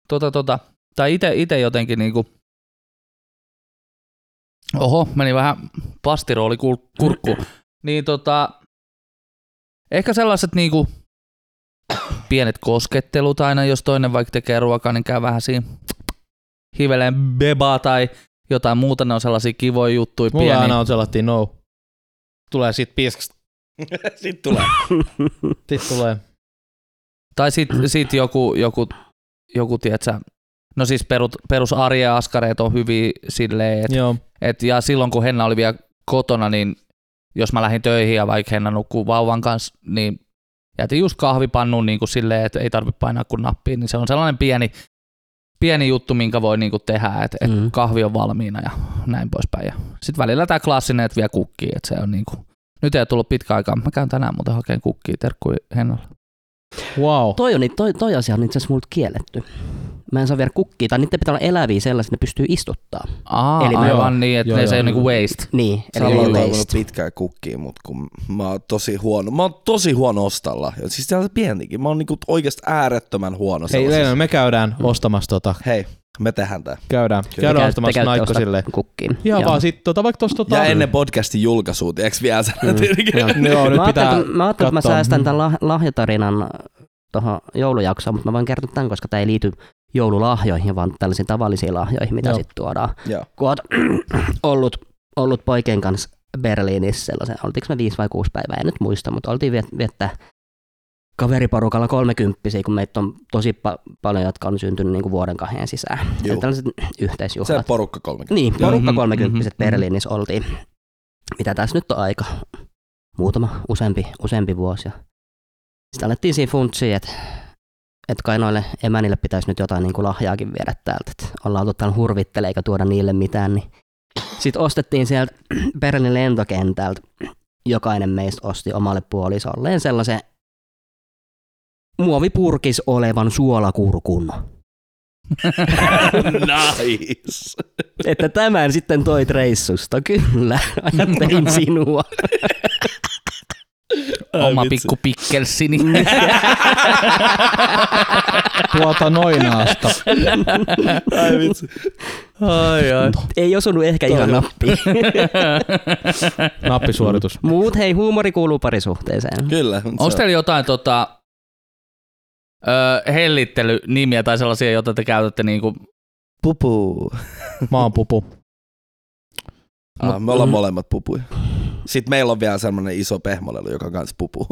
Speaker 2: tota, tota tai ite, ite jotenkin niinku, oho, meni vähän pastirooli kul- kurkkuun. Niin tota, ehkä sellaiset niinku pienet koskettelut aina, jos toinen vaikka tekee ruokaa, niin käy vähän siinä hiveleen bebaa tai jotain muuta, ne on sellaisia kivoja juttuja,
Speaker 3: Mulla
Speaker 2: pieniä.
Speaker 3: aina on sellainen no. Tulee sit piskasta.
Speaker 4: Sitten tulee.
Speaker 3: Sit tulee.
Speaker 2: Tai sitten sit joku, joku, joku tiedätkö, no siis perut, perus arjen askareet on hyviä silleen, et,
Speaker 3: Joo.
Speaker 2: et, ja silloin kun Henna oli vielä kotona, niin jos mä lähdin töihin ja vaikka Henna nukkuu vauvan kanssa, niin jätin just kahvipannun niin kuin silleen, että ei tarvitse painaa kuin nappiin, niin se on sellainen pieni, pieni juttu, minkä voi niin kuin tehdä, että et
Speaker 1: Mm.
Speaker 2: kahvi on valmiina ja näin poispäin. Ja sitten välillä tämä klassinen, että vielä kukkii, että se on niin kuin, nyt ei ole tullut pitkä aikaa, mä käyn tänään muuten hakemaan kukkia, terkkui Hennalle.
Speaker 3: Wow.
Speaker 1: Toi, on, toi, toi asia on itse asiassa multa kielletty. Mä en saa viedä kukkia, tai niiden pitää olla eläviä sellaisia, että ne pystyy istuttaa.
Speaker 2: Aa,
Speaker 1: Eli
Speaker 2: Eli
Speaker 1: mä-
Speaker 2: aivan joo, niin, että
Speaker 3: Joo,
Speaker 2: ne
Speaker 3: joo.
Speaker 2: se ei ole niinku waste.
Speaker 1: Niin,
Speaker 4: Sä
Speaker 1: eli
Speaker 4: oot
Speaker 1: ei
Speaker 4: toivonut
Speaker 2: niinku
Speaker 1: waste.
Speaker 4: pitkään kukkiin, mut kun mä oon tosi huono. Mä oon tosi huono ostalla. Ja siis täällä pienikin. Mä oon niinku oikeesti äärettömän huono
Speaker 3: Hei
Speaker 4: sellaisessa.
Speaker 3: Leena, me käydään ostamassa tota.
Speaker 4: Hei, me tehdään tää.
Speaker 3: Käydään.
Speaker 1: Te
Speaker 3: Käydään
Speaker 1: käytte-
Speaker 3: ostamassa
Speaker 1: te käytte
Speaker 3: naikko
Speaker 1: ostaa
Speaker 3: silleen.
Speaker 1: Kukkiin.
Speaker 3: Ihan
Speaker 1: Joo.
Speaker 3: vaan sit tota, vaikka tosta tota.
Speaker 4: Ja ennen podcastin julkaisua, tiiäks vielä sanoa tietenkin.
Speaker 3: Joo, nyt
Speaker 1: mä
Speaker 3: pitää
Speaker 1: ajattelin, että, mä, ajattelin, että mä
Speaker 3: katsoa. Mm.
Speaker 1: säästän tämän lah- lahjatarinan tuohon joulujaksoon, mutta mä voin kertoa tämän, koska tämä ei liity joululahjoihin, vaan tällaisiin tavallisiin lahjoihin, mitä
Speaker 3: Joo.
Speaker 1: sitten tuodaan.
Speaker 4: Joo.
Speaker 1: Kun oot ollut, ollut poikien kanssa Berliinissä sellaisen, oltiinko me viisi vai kuusi päivää, en nyt muista, mutta oltiin viet- viettää kaveriporukalla kolmekymppisiä, kun meitä on tosi pa- paljon, jotka on syntynyt niin kuin vuoden kahden sisään.
Speaker 4: Juu.
Speaker 1: Ja tällaiset
Speaker 4: Se
Speaker 1: yhteisjuhlat.
Speaker 4: porukka 30.
Speaker 1: Niin, porukka
Speaker 2: Mhm,
Speaker 1: 30
Speaker 2: mhm, mhm.
Speaker 1: Berliinissä oltiin. Mitä tässä nyt on aika? Muutama, useampi, useampi vuosi. ja Sitten alettiin siinä funtsiin, että et kai noille emänille pitäisi nyt jotain niin kuin lahjaakin viedä täältä. Et ollaan oltu täällä hurvittele eikä tuoda niille mitään. Niin. Sitten ostettiin sieltä Berliinin lentokentältä. Jokainen meistä osti omalle puolisolleen sellaisen muovipurkis olevan suolakurkun.
Speaker 4: nice.
Speaker 1: Että tämän sitten toit reissusta, kyllä. Ajattelin sinua.
Speaker 2: Oma pikku niin pikkelsini.
Speaker 3: tuota noinaasta.
Speaker 4: Ai vitsi.
Speaker 2: ai, ai.
Speaker 1: Ei osunut ehkä ihan nappiin.
Speaker 3: Nappisuoritus.
Speaker 1: Muut hei, huumori kuuluu parisuhteeseen.
Speaker 4: Kyllä. se
Speaker 2: Onko teillä jotain tota, ö, hellittelynimiä tai sellaisia, joita te käytätte niinku,
Speaker 4: pupu?
Speaker 3: Mä oon pupu.
Speaker 4: Ah, me ollaan molemmat pupuja. Sitten meillä on vielä semmonen iso pehmolelu, joka on kans pupu.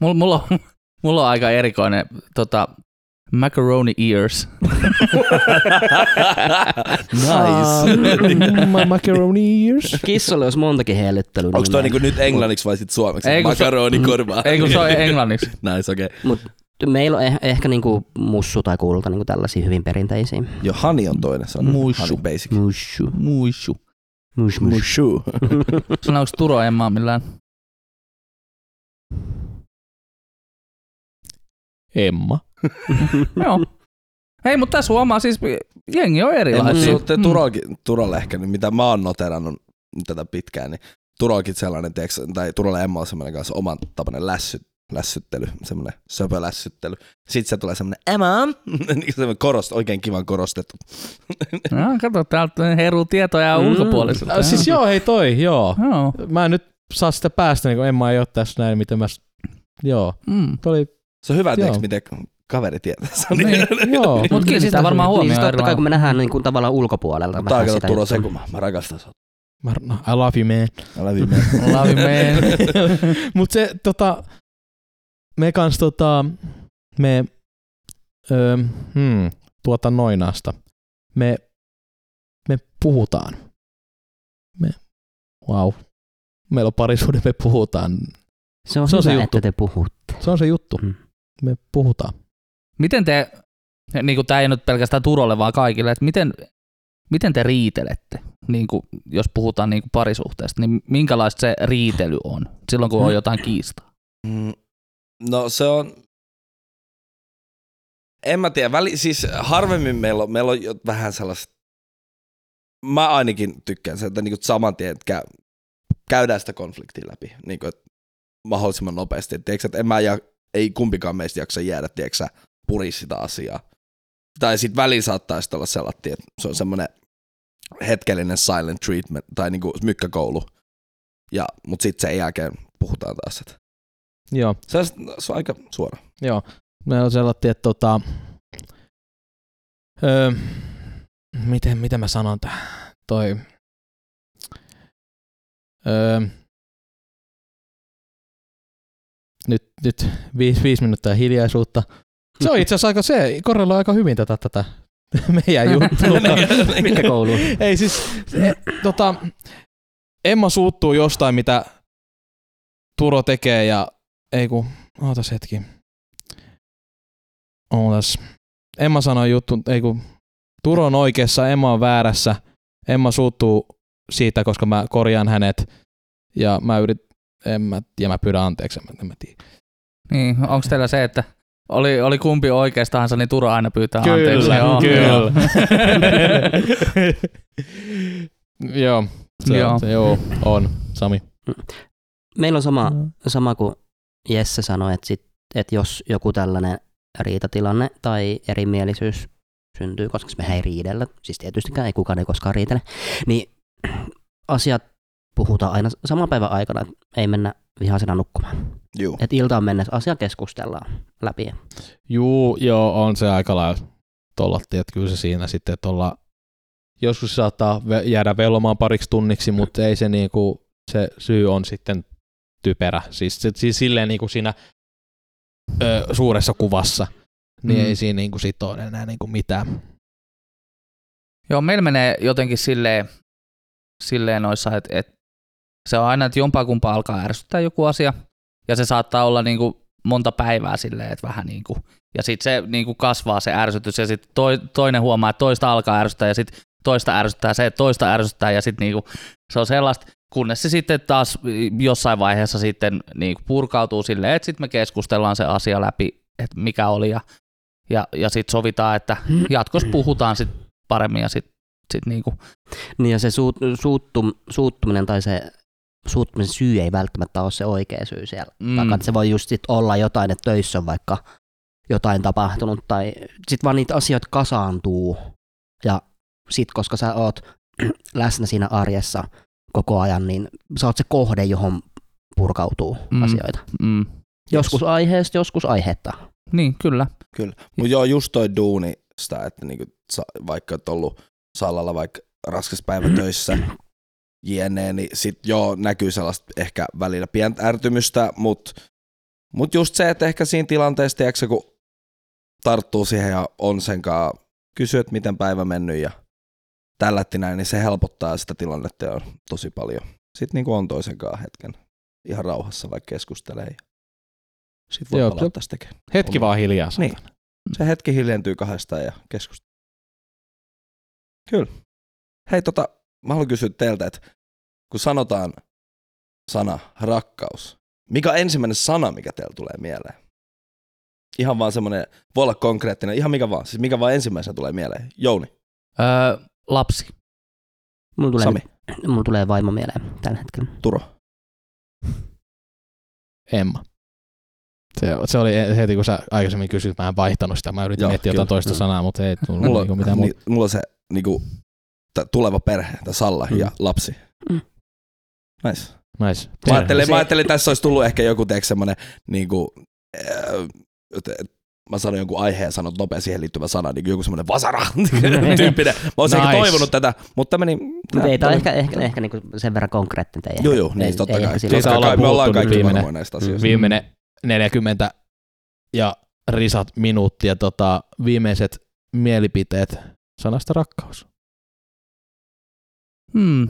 Speaker 2: mulla, mulla, on, mulla on aika erikoinen tota, macaroni ears.
Speaker 4: nice.
Speaker 3: My macaroni ears.
Speaker 1: Kissalle olisi montakin hellyttelyä.
Speaker 4: Onko toi niinku nyt englanniksi vai sit suomeksi?
Speaker 2: Ei, kun se-
Speaker 4: Makaroni korvaa.
Speaker 2: Ei kun se on englanniksi.
Speaker 4: Nice, okei.
Speaker 1: Meillä on eh- ehkä niinku mussu tai kulta niinku tällaisia hyvin perinteisiä.
Speaker 4: Joo, hani on toinen sana.
Speaker 2: Mushu.
Speaker 4: Hani basic.
Speaker 1: Mushu.
Speaker 2: Muissu.
Speaker 1: Mush, mush.
Speaker 4: Mushu.
Speaker 2: Sanoiko Turo Emma millään?
Speaker 3: Emma.
Speaker 2: Joo. Hei, mutta tässä huomaa siis, jengi on
Speaker 4: Ei, mutta
Speaker 2: erilaisia.
Speaker 4: sitten Turokin, Turolle ehkä, niin mitä mä oon noterannut tätä pitkään, niin Turokin sellainen, tiiäks, tai Turolle Emma on semmoinen kanssa oman tapainen lässy, lässyttely, semmoinen söpö lässyttely. Sitten se tulee semmoinen Emma, niin semmoinen korost, oikein kivan korostettu.
Speaker 2: No, kato, täältä heruu tietoja
Speaker 1: Mm.
Speaker 2: mm. ulkopuolisilta.
Speaker 3: Ah, siis joo, hei toi, joo.
Speaker 2: Joo.
Speaker 3: Mä en nyt saa sitä päästä, niin kun Emma ei ole tässä näin, miten mä... s- Joo.
Speaker 2: Mm.
Speaker 3: Toi oli...
Speaker 4: Se on hyvä, tiiäks,
Speaker 3: Joo.
Speaker 4: miten kaveri tietää. Se on niin.
Speaker 3: Niin, joo.
Speaker 2: Mut kyllä sitä varmaan
Speaker 1: Niin
Speaker 2: huomioon
Speaker 1: siis totta kai
Speaker 2: erilainen.
Speaker 1: kun me nähdään niinku tavallaan ulkopuolelta.
Speaker 4: Mutta
Speaker 1: vähän
Speaker 4: aika
Speaker 1: sitä
Speaker 4: Turo se,
Speaker 1: juttua.
Speaker 4: kun mä, mä rakastan sua.
Speaker 3: Mä, no, I love you, man.
Speaker 4: Älä viime.
Speaker 2: Love man.
Speaker 3: Mut se, tota... Me kans, tota... Me... Öö, hmm, tuota noinaasta. Me... Me puhutaan. Me... Wow. Meillä on parisuuden, me puhutaan.
Speaker 1: Se on, se on hyvä, se juttu. että te puhutte.
Speaker 3: Se on se juttu.
Speaker 1: Mm.
Speaker 3: Me puhutaan.
Speaker 2: Miten te, niin kuin tämä ei nyt pelkästään Turolle, vaan kaikille, että miten, miten te riitelette, niin kuin, jos puhutaan niin kuin parisuhteesta, niin minkälaista se riitely on
Speaker 3: Mm.
Speaker 2: silloin, kun on jotain kiistaa?
Speaker 4: Mm, No se on, en mä tiedä, väli, siis harvemmin meillä on, meillä on jo vähän sellaista, mä ainakin tykkään sen, että niinku saman tien että käy, käydään sitä konfliktia läpi, niinku, että mahdollisimman nopeasti, Et tiedätkö, että en mä ja, ei kumpikaan meistä jaksa jäädä, tiedätkö, puri sitä asiaa. Tai sitten väliin saattaisi olla sellainen, että se on semmoinen hetkellinen silent treatment, tai niinku mykkäkoulu, ja, mutta sitten sen jälkeen puhutaan taas, että
Speaker 3: Joo,
Speaker 4: se on, se on aika suora.
Speaker 3: joo. Meillä on sellainen, että tota... Öö, miten, miten mä sanon tää? Toi... Öö, nyt, nyt viisi, viisi minuuttia hiljaisuutta. Se on itse asiassa aika se, korreloi aika hyvin tätä, tätä meidän juttua.
Speaker 1: Mikä koulu?
Speaker 3: Ei siis, e, tota, Emma suuttuu jostain, mitä Turo tekee ja ei kun, ootas hetki. Ootas. Emma sanoi juttu, ei kun, Turo on oikeassa, Emma on väärässä. Emma suuttuu siitä, koska mä korjaan hänet ja mä yrit, en mä, ja mä pyydän anteeksi, en mä, en mä tiedä.
Speaker 2: Niin, onko teillä se, että oli, oli kumpi oikeastahansa, niin Tura aina pyytää
Speaker 3: Kyllä,
Speaker 2: anteeksi. joo,
Speaker 3: kyllä.
Speaker 2: Joo.
Speaker 3: Joo, se, joo.
Speaker 2: Joo.
Speaker 3: Se, joo, on, Sami.
Speaker 1: Meillä on sama, sama kuin Jesse sanoi, että, sit, että jos joku tällainen riitatilanne tai erimielisyys syntyy, koska mehän ei riidellä, siis tietystikään ei kukaan ei koskaan riitele, niin asiat puhutaan aina saman päivän aikana, että ei mennä vihaisena nukkumaan.
Speaker 4: Juu.
Speaker 1: Että iltaan mennessä asia keskustellaan läpi.
Speaker 3: Juu, joo, on se aika lailla tuolla, että kyllä se siinä sitten tuolla, joskus se saattaa ve- jäädä velomaan pariksi tunniksi, mutta ei se niinku, se syy on sitten typerä, siis, se, siis silleen niinku siinä ö, suuressa kuvassa, niin
Speaker 2: Mm.
Speaker 3: ei siinä niinku sit ole enää niinku mitään.
Speaker 2: Joo, meillä menee jotenkin silleen, silleen noissa, että, että se on aina, että jompaa kumpaa alkaa ärsyttää joku asia, ja se saattaa olla niin kuin monta päivää silleen, että vähän niin kuin, ja sitten se niin kuin kasvaa se ärsytys, ja sitten toi, toinen huomaa, että toista alkaa ärsyttää, ja sitten toista ärsyttää se, että toista ärsyttää, ja sitten niin kuin, se on sellaista, kunnes se sitten taas jossain vaiheessa sitten niin kuin purkautuu silleen, että sitten me keskustellaan se asia läpi, että mikä oli, ja, ja, ja sitten sovitaan, että jatkossa puhutaan sitten paremmin ja sitten sit niinku,
Speaker 1: Niin ja se suut, suuttum, suuttuminen tai se suuttumisen syy ei välttämättä ole se oikea syy siellä. Mm. Takaa, että se voi just sit olla jotain, että töissä on vaikka jotain tapahtunut tai sit vaan niitä asioita kasaantuu ja sit koska sä oot läsnä siinä arjessa koko ajan, niin sä oot se kohde, johon purkautuu mm.
Speaker 2: Mm.
Speaker 1: asioita.
Speaker 2: mm,
Speaker 1: Joskus aiheesta, joskus aihetta.
Speaker 2: niin, kyllä.
Speaker 4: Mutta joo, just toi duuni sitä, että niinku, sa- vaikka oot ollut salalla vaikka raskas päivä töissä, jne, niin sit joo, näkyy sellaista ehkä välillä pientä ärtymystä, mutta mut just se, että ehkä siinä tilanteessa, tiedätkö, kun tarttuu siihen ja on sen kaa, kysyy, että miten päivä mennyt ja tällätti näin, niin se helpottaa sitä tilannetta jo tosi paljon. Sitten niinku on toisen kaa hetken ihan rauhassa, vaikka keskustelee. Sitten voi
Speaker 3: Joo,
Speaker 4: palata taas tekemään.
Speaker 3: Hetki vaan hiljaa.
Speaker 4: Niin. Se hetki hiljentyy kahdestaan ja keskustelee. Kyllä. Hei, tota, mä haluan kysyä teiltä, että kun sanotaan sana rakkaus, mikä on ensimmäinen sana, mikä teillä tulee mieleen? Ihan vaan semmoinen, voi olla konkreettinen, ihan mikä vaan, siis mikä vaan ensimmäisenä tulee mieleen. Jouni,
Speaker 2: Öö, lapsi.
Speaker 1: Mulla tulee,
Speaker 4: Sami,
Speaker 1: mulla tulee vaimo mieleen tällä hetkellä.
Speaker 4: Turo.
Speaker 3: Emma. Se, se oli e- heti, kun sä aikaisemmin kysyit, mä en vaihtanut sitä. Mä yritin
Speaker 4: Joo,
Speaker 3: miettiä jotain
Speaker 4: kyllä. Mm.
Speaker 3: toista sanaa, mutta ei tullut
Speaker 4: Mulla, niin.
Speaker 3: niinku mitään muuta.
Speaker 4: ni, mulla on se niinku, tää tuleva perhe, tää Salla
Speaker 3: Mm.
Speaker 4: ja lapsi.
Speaker 1: Mm.
Speaker 4: Nice.
Speaker 3: Nice.
Speaker 4: Mä ajattelin,
Speaker 1: Se-
Speaker 4: mä ajattelin, että tässä olisi tullut ehkä joku teeksi semmoinen, niin kuin, äh, mä sanon jonkun aiheen ja sanon nopea siihen liittyvä sana, niin joku semmoinen vasara tyyppinen. Mä olisin nice.
Speaker 3: Nice.
Speaker 4: ehkä toivonut tätä, mutta meni...
Speaker 1: Mutta ei tää ole ehkä, ehkä, ehkä niinku sen verran konkreettinen. ei
Speaker 4: Joo,
Speaker 1: ehkä-
Speaker 4: joo, niin
Speaker 1: ei-
Speaker 4: totta
Speaker 1: ei
Speaker 4: kai.
Speaker 1: ehkä silleen-
Speaker 4: Totta
Speaker 3: Siitä
Speaker 4: kai,
Speaker 3: ollaan
Speaker 4: me ollaan
Speaker 3: Siis puhuttu nyt
Speaker 4: kaikki
Speaker 3: viimeinen.
Speaker 4: varmoja näistä asioista.
Speaker 3: viimeinen 40 ja risat minuuttia tota, viimeiset mielipiteet sanasta rakkaus.
Speaker 2: Mm,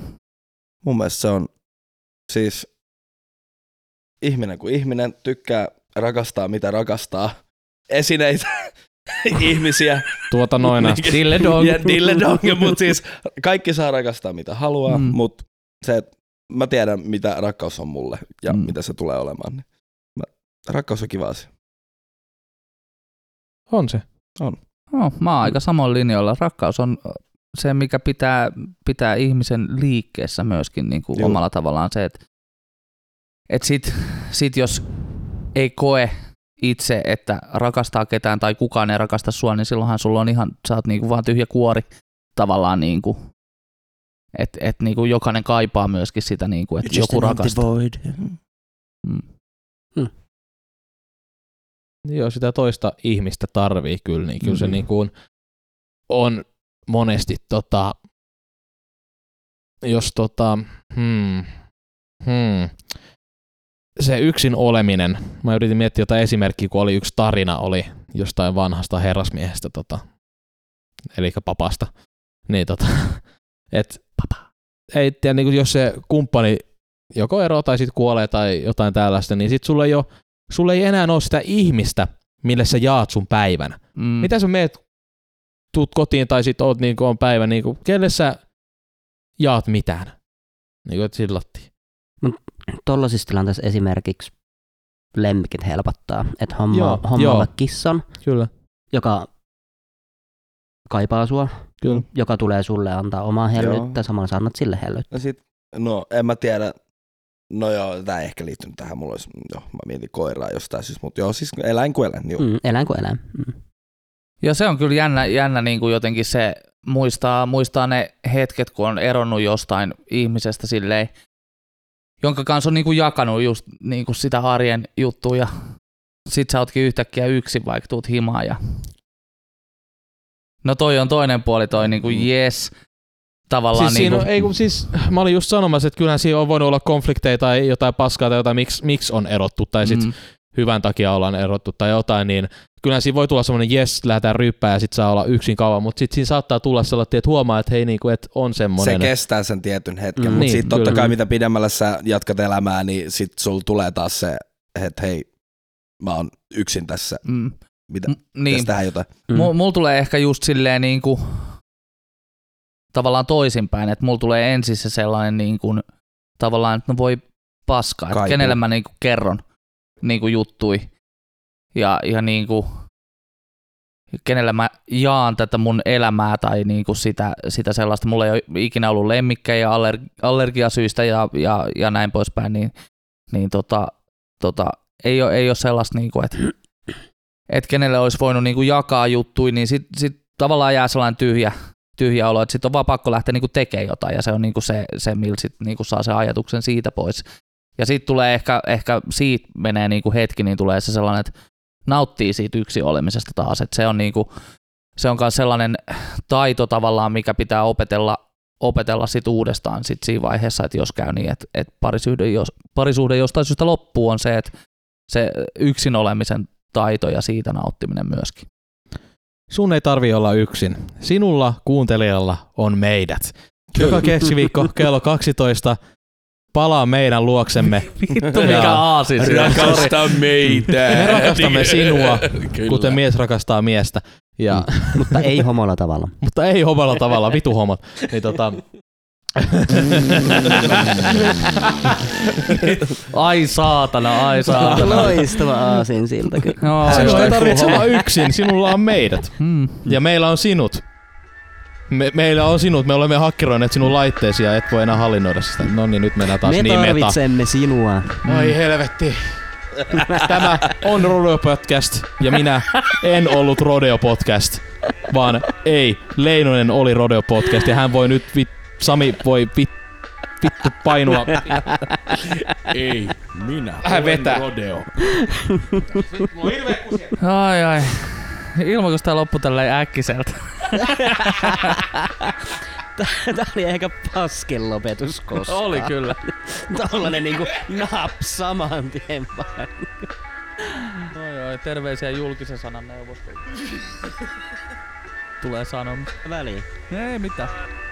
Speaker 4: Mun mielestä se on siis ihminen kuin ihminen tykkää rakastaa mitä rakastaa. Esineitä, ihmisiä,
Speaker 3: Tuota noin asti.
Speaker 2: Dille dog.
Speaker 4: Ja dille dong, mutta siis kaikki saa rakastaa mitä haluaa, mm.
Speaker 2: Mm.
Speaker 4: mutta se, että mä tiedän mitä rakkaus on mulle ja mm.
Speaker 2: Mm.
Speaker 4: mitä se tulee olemaan. Niin mä, rakkaus on kiva asia.
Speaker 3: On se.
Speaker 2: No, mä oon aika samoin linjoilla. Rakkaus on se, mikä pitää, pitää ihmisen liikkeessä myöskin niin kuin
Speaker 4: Joo.
Speaker 2: omalla tavallaan se, että et sit, sit jos ei koe itse, että rakastaa ketään tai kukaan ei rakasta sua, niin silloinhan sulla on ihan, sä oot niinku vaan tyhjä kuori tavallaan niinku, että et niinku jokainen kaipaa myöskin sitä niinku, että joku rakastaa. Mm.
Speaker 3: Niin Joo, sitä toista ihmistä tarvii kyllä, niin kyllä mm. se
Speaker 2: Mm.
Speaker 3: niin kuin on monesti tota, jos tota, hmm, hmm, se yksin oleminen, mä yritin miettiä jotain esimerkkiä, kun oli yksi tarina oli jostain vanhasta herrasmiehestä, tota, eli papasta, niin tota, et, Papa. ei tiedä, niin kuin jos se kumppani joko eroaa tai sitten kuolee tai jotain tällaista, niin sitten sulla ei ole sulla ei enää ole sitä ihmistä, millä sä jaat sun päivän. Mm.
Speaker 2: Mm.
Speaker 3: Mitä sä meet, tuut kotiin tai sit oot niin on päivä, niin kuin, kelle sä jaat mitään? Niin kuin, sillattiin.
Speaker 1: Tollaisissa tilanteissa esimerkiksi lemmikit helpottaa, että homma,
Speaker 3: Joo,
Speaker 1: homma
Speaker 3: joo.
Speaker 1: vaikka kissan,
Speaker 3: Kyllä.
Speaker 1: joka kaipaa sua,
Speaker 3: Kyllä.
Speaker 1: joka tulee sulle antaa omaa hellyyttä,
Speaker 4: Joo.
Speaker 1: samalla sä annat sille hellyyttä.
Speaker 4: Ja sit, no en mä tiedä, no joo, tää ei ehkä liittynyt tähän, mulla olisi, joo, mä mietin koiraa jostain syystä, mutta joo, siis eläin kuin eläin, joo. Mm.
Speaker 1: Mm, eläin kuin eläin. Mm.
Speaker 2: Ja se on kyllä jännä, jännä niin kuin jotenkin se muistaa, muistaa ne hetket, kun on eronnut jostain ihmisestä silleen, jonka kanssa on niin kuin jakanut just niin kuin sitä arjen juttuja. Sit sä ootkin yhtäkkiä yksin, vaikka tuut himaan. Ja... No toi on toinen puoli, toi niin kuin jes. Tavallaan
Speaker 3: Mm. Siis,
Speaker 2: niin
Speaker 3: siinä,
Speaker 2: kuin,
Speaker 3: on, ei, kun, siis mä olin just sanomassa, että kyllähän siinä on voinut olla konflikteja tai jotain paskaa tai jotain, miksi, miksi on erottu tai sit mm. hyvän takia ollaan erottu tai jotain, niin kyllähän siinä voi tulla semmoinen jes, lähdetään ryppää ja sit saa olla yksin kauan, mutta sit siinä saattaa tulla sellainen, että huomaa, että hei, niin kuin, että on
Speaker 4: Se
Speaker 3: semmoinen.
Speaker 4: kestää sen tietyn hetken,
Speaker 1: Mm,
Speaker 4: mm, mutta
Speaker 3: niin,
Speaker 4: niin, sitten totta
Speaker 3: kyllä.
Speaker 4: kai mitä pidemmällä sä jatkat elämää, niin sit sul tulee taas se, että hei, mä oon yksin tässä,
Speaker 2: mm,
Speaker 4: mitä,
Speaker 2: mm, niin,
Speaker 4: niin. tähän jotain.
Speaker 1: Mm.
Speaker 2: Mulla mul tulee ehkä just silleen niin kuin, tavallaan toisinpäin, että mulla tulee ensin se sellainen niin kuin, tavallaan, että no voi paskaa, että
Speaker 4: Kaipuu.
Speaker 2: kenelle mä niin kuin kerron niin kuin juttui ja, ja niin kuin, kenellä mä jaan tätä mun elämää tai niin kuin sitä, sitä sellaista. Mulla ei ole ikinä ollut lemmikkejä aller, allergiasyistä ja, ja, ja näin poispäin, niin, niin tota, tota, ei, ole, ei ole sellaista, niin kuin, että et kenelle olisi voinut niinku jakaa juttuja, niin sitten sit tavallaan jää sellainen tyhjä, tyhjä olo, että sitten on vaan pakko lähteä niinku tekemään jotain, ja se on niinku se, se millä sit niinku saa sen ajatuksen siitä pois. Ja sitten tulee ehkä, ehkä siitä menee niinku hetki, niin tulee se sellainen, että nauttii siitä yksi olemisesta taas, että se on niinku, se on myös sellainen taito tavallaan, mikä pitää opetella, opetella sit uudestaan sit siinä vaiheessa, että jos käy niin, että, että parisuhde, jos, parisuhde jostain syystä loppuu, on se, että se yksin olemisen taito ja siitä nauttiminen myöskin.
Speaker 3: Sun ei tarvi olla yksin. Sinulla kuuntelijalla on meidät. Joka keskiviikko kello 12 palaa meidän luoksemme.
Speaker 2: Vittu
Speaker 3: mikä
Speaker 2: aasis.
Speaker 5: Rakasta meitä.
Speaker 3: Me rakastamme sinua,
Speaker 5: Kyllä.
Speaker 3: kuten mies rakastaa miestä. Ja,
Speaker 2: Mm.
Speaker 1: Mutta ei homolla tavalla.
Speaker 3: mutta ei homalla tavalla, vitu homot. Niin tota,
Speaker 2: Ai saatana, ai saatana.
Speaker 1: Loistava aasin siltä kyllä.
Speaker 2: No,
Speaker 3: sinua ei
Speaker 2: just-
Speaker 3: tarvitse olla yksin, sinulla on meidät.
Speaker 2: Hmm.
Speaker 3: Ja meillä on sinut. Me, meillä on sinut, me olemme hakkeroineet sinun laitteesi ja et voi enää hallinnoida sitä. No niin, nyt mennään taas Mm.
Speaker 1: Me
Speaker 3: niin meta.
Speaker 1: tarvitsemme sinua.
Speaker 3: Ai helvetti. Tämä on Rodeo Podcast ja minä en ollut Rodeo Podcast, vaan ei, Leinonen oli Rodeo Podcast ja hän voi nyt, vit, Sami voi vit, vittu painua.
Speaker 5: Ei, minä.
Speaker 3: Vähän
Speaker 5: olen
Speaker 3: vetää.
Speaker 5: Rodeo.
Speaker 2: Ai ai. Ilman kun tää loppui tälleen äkkiseltä.
Speaker 1: Tämä oli ehkä pasken lopetus koskaan.
Speaker 2: Oli kyllä.
Speaker 1: Tollanen niinku naps saman tien vaan.
Speaker 2: Oi oi, terveisiä julkisen sanan neuvostolle. Tulee sanomaan.
Speaker 1: Väliin.
Speaker 2: Ei mitään.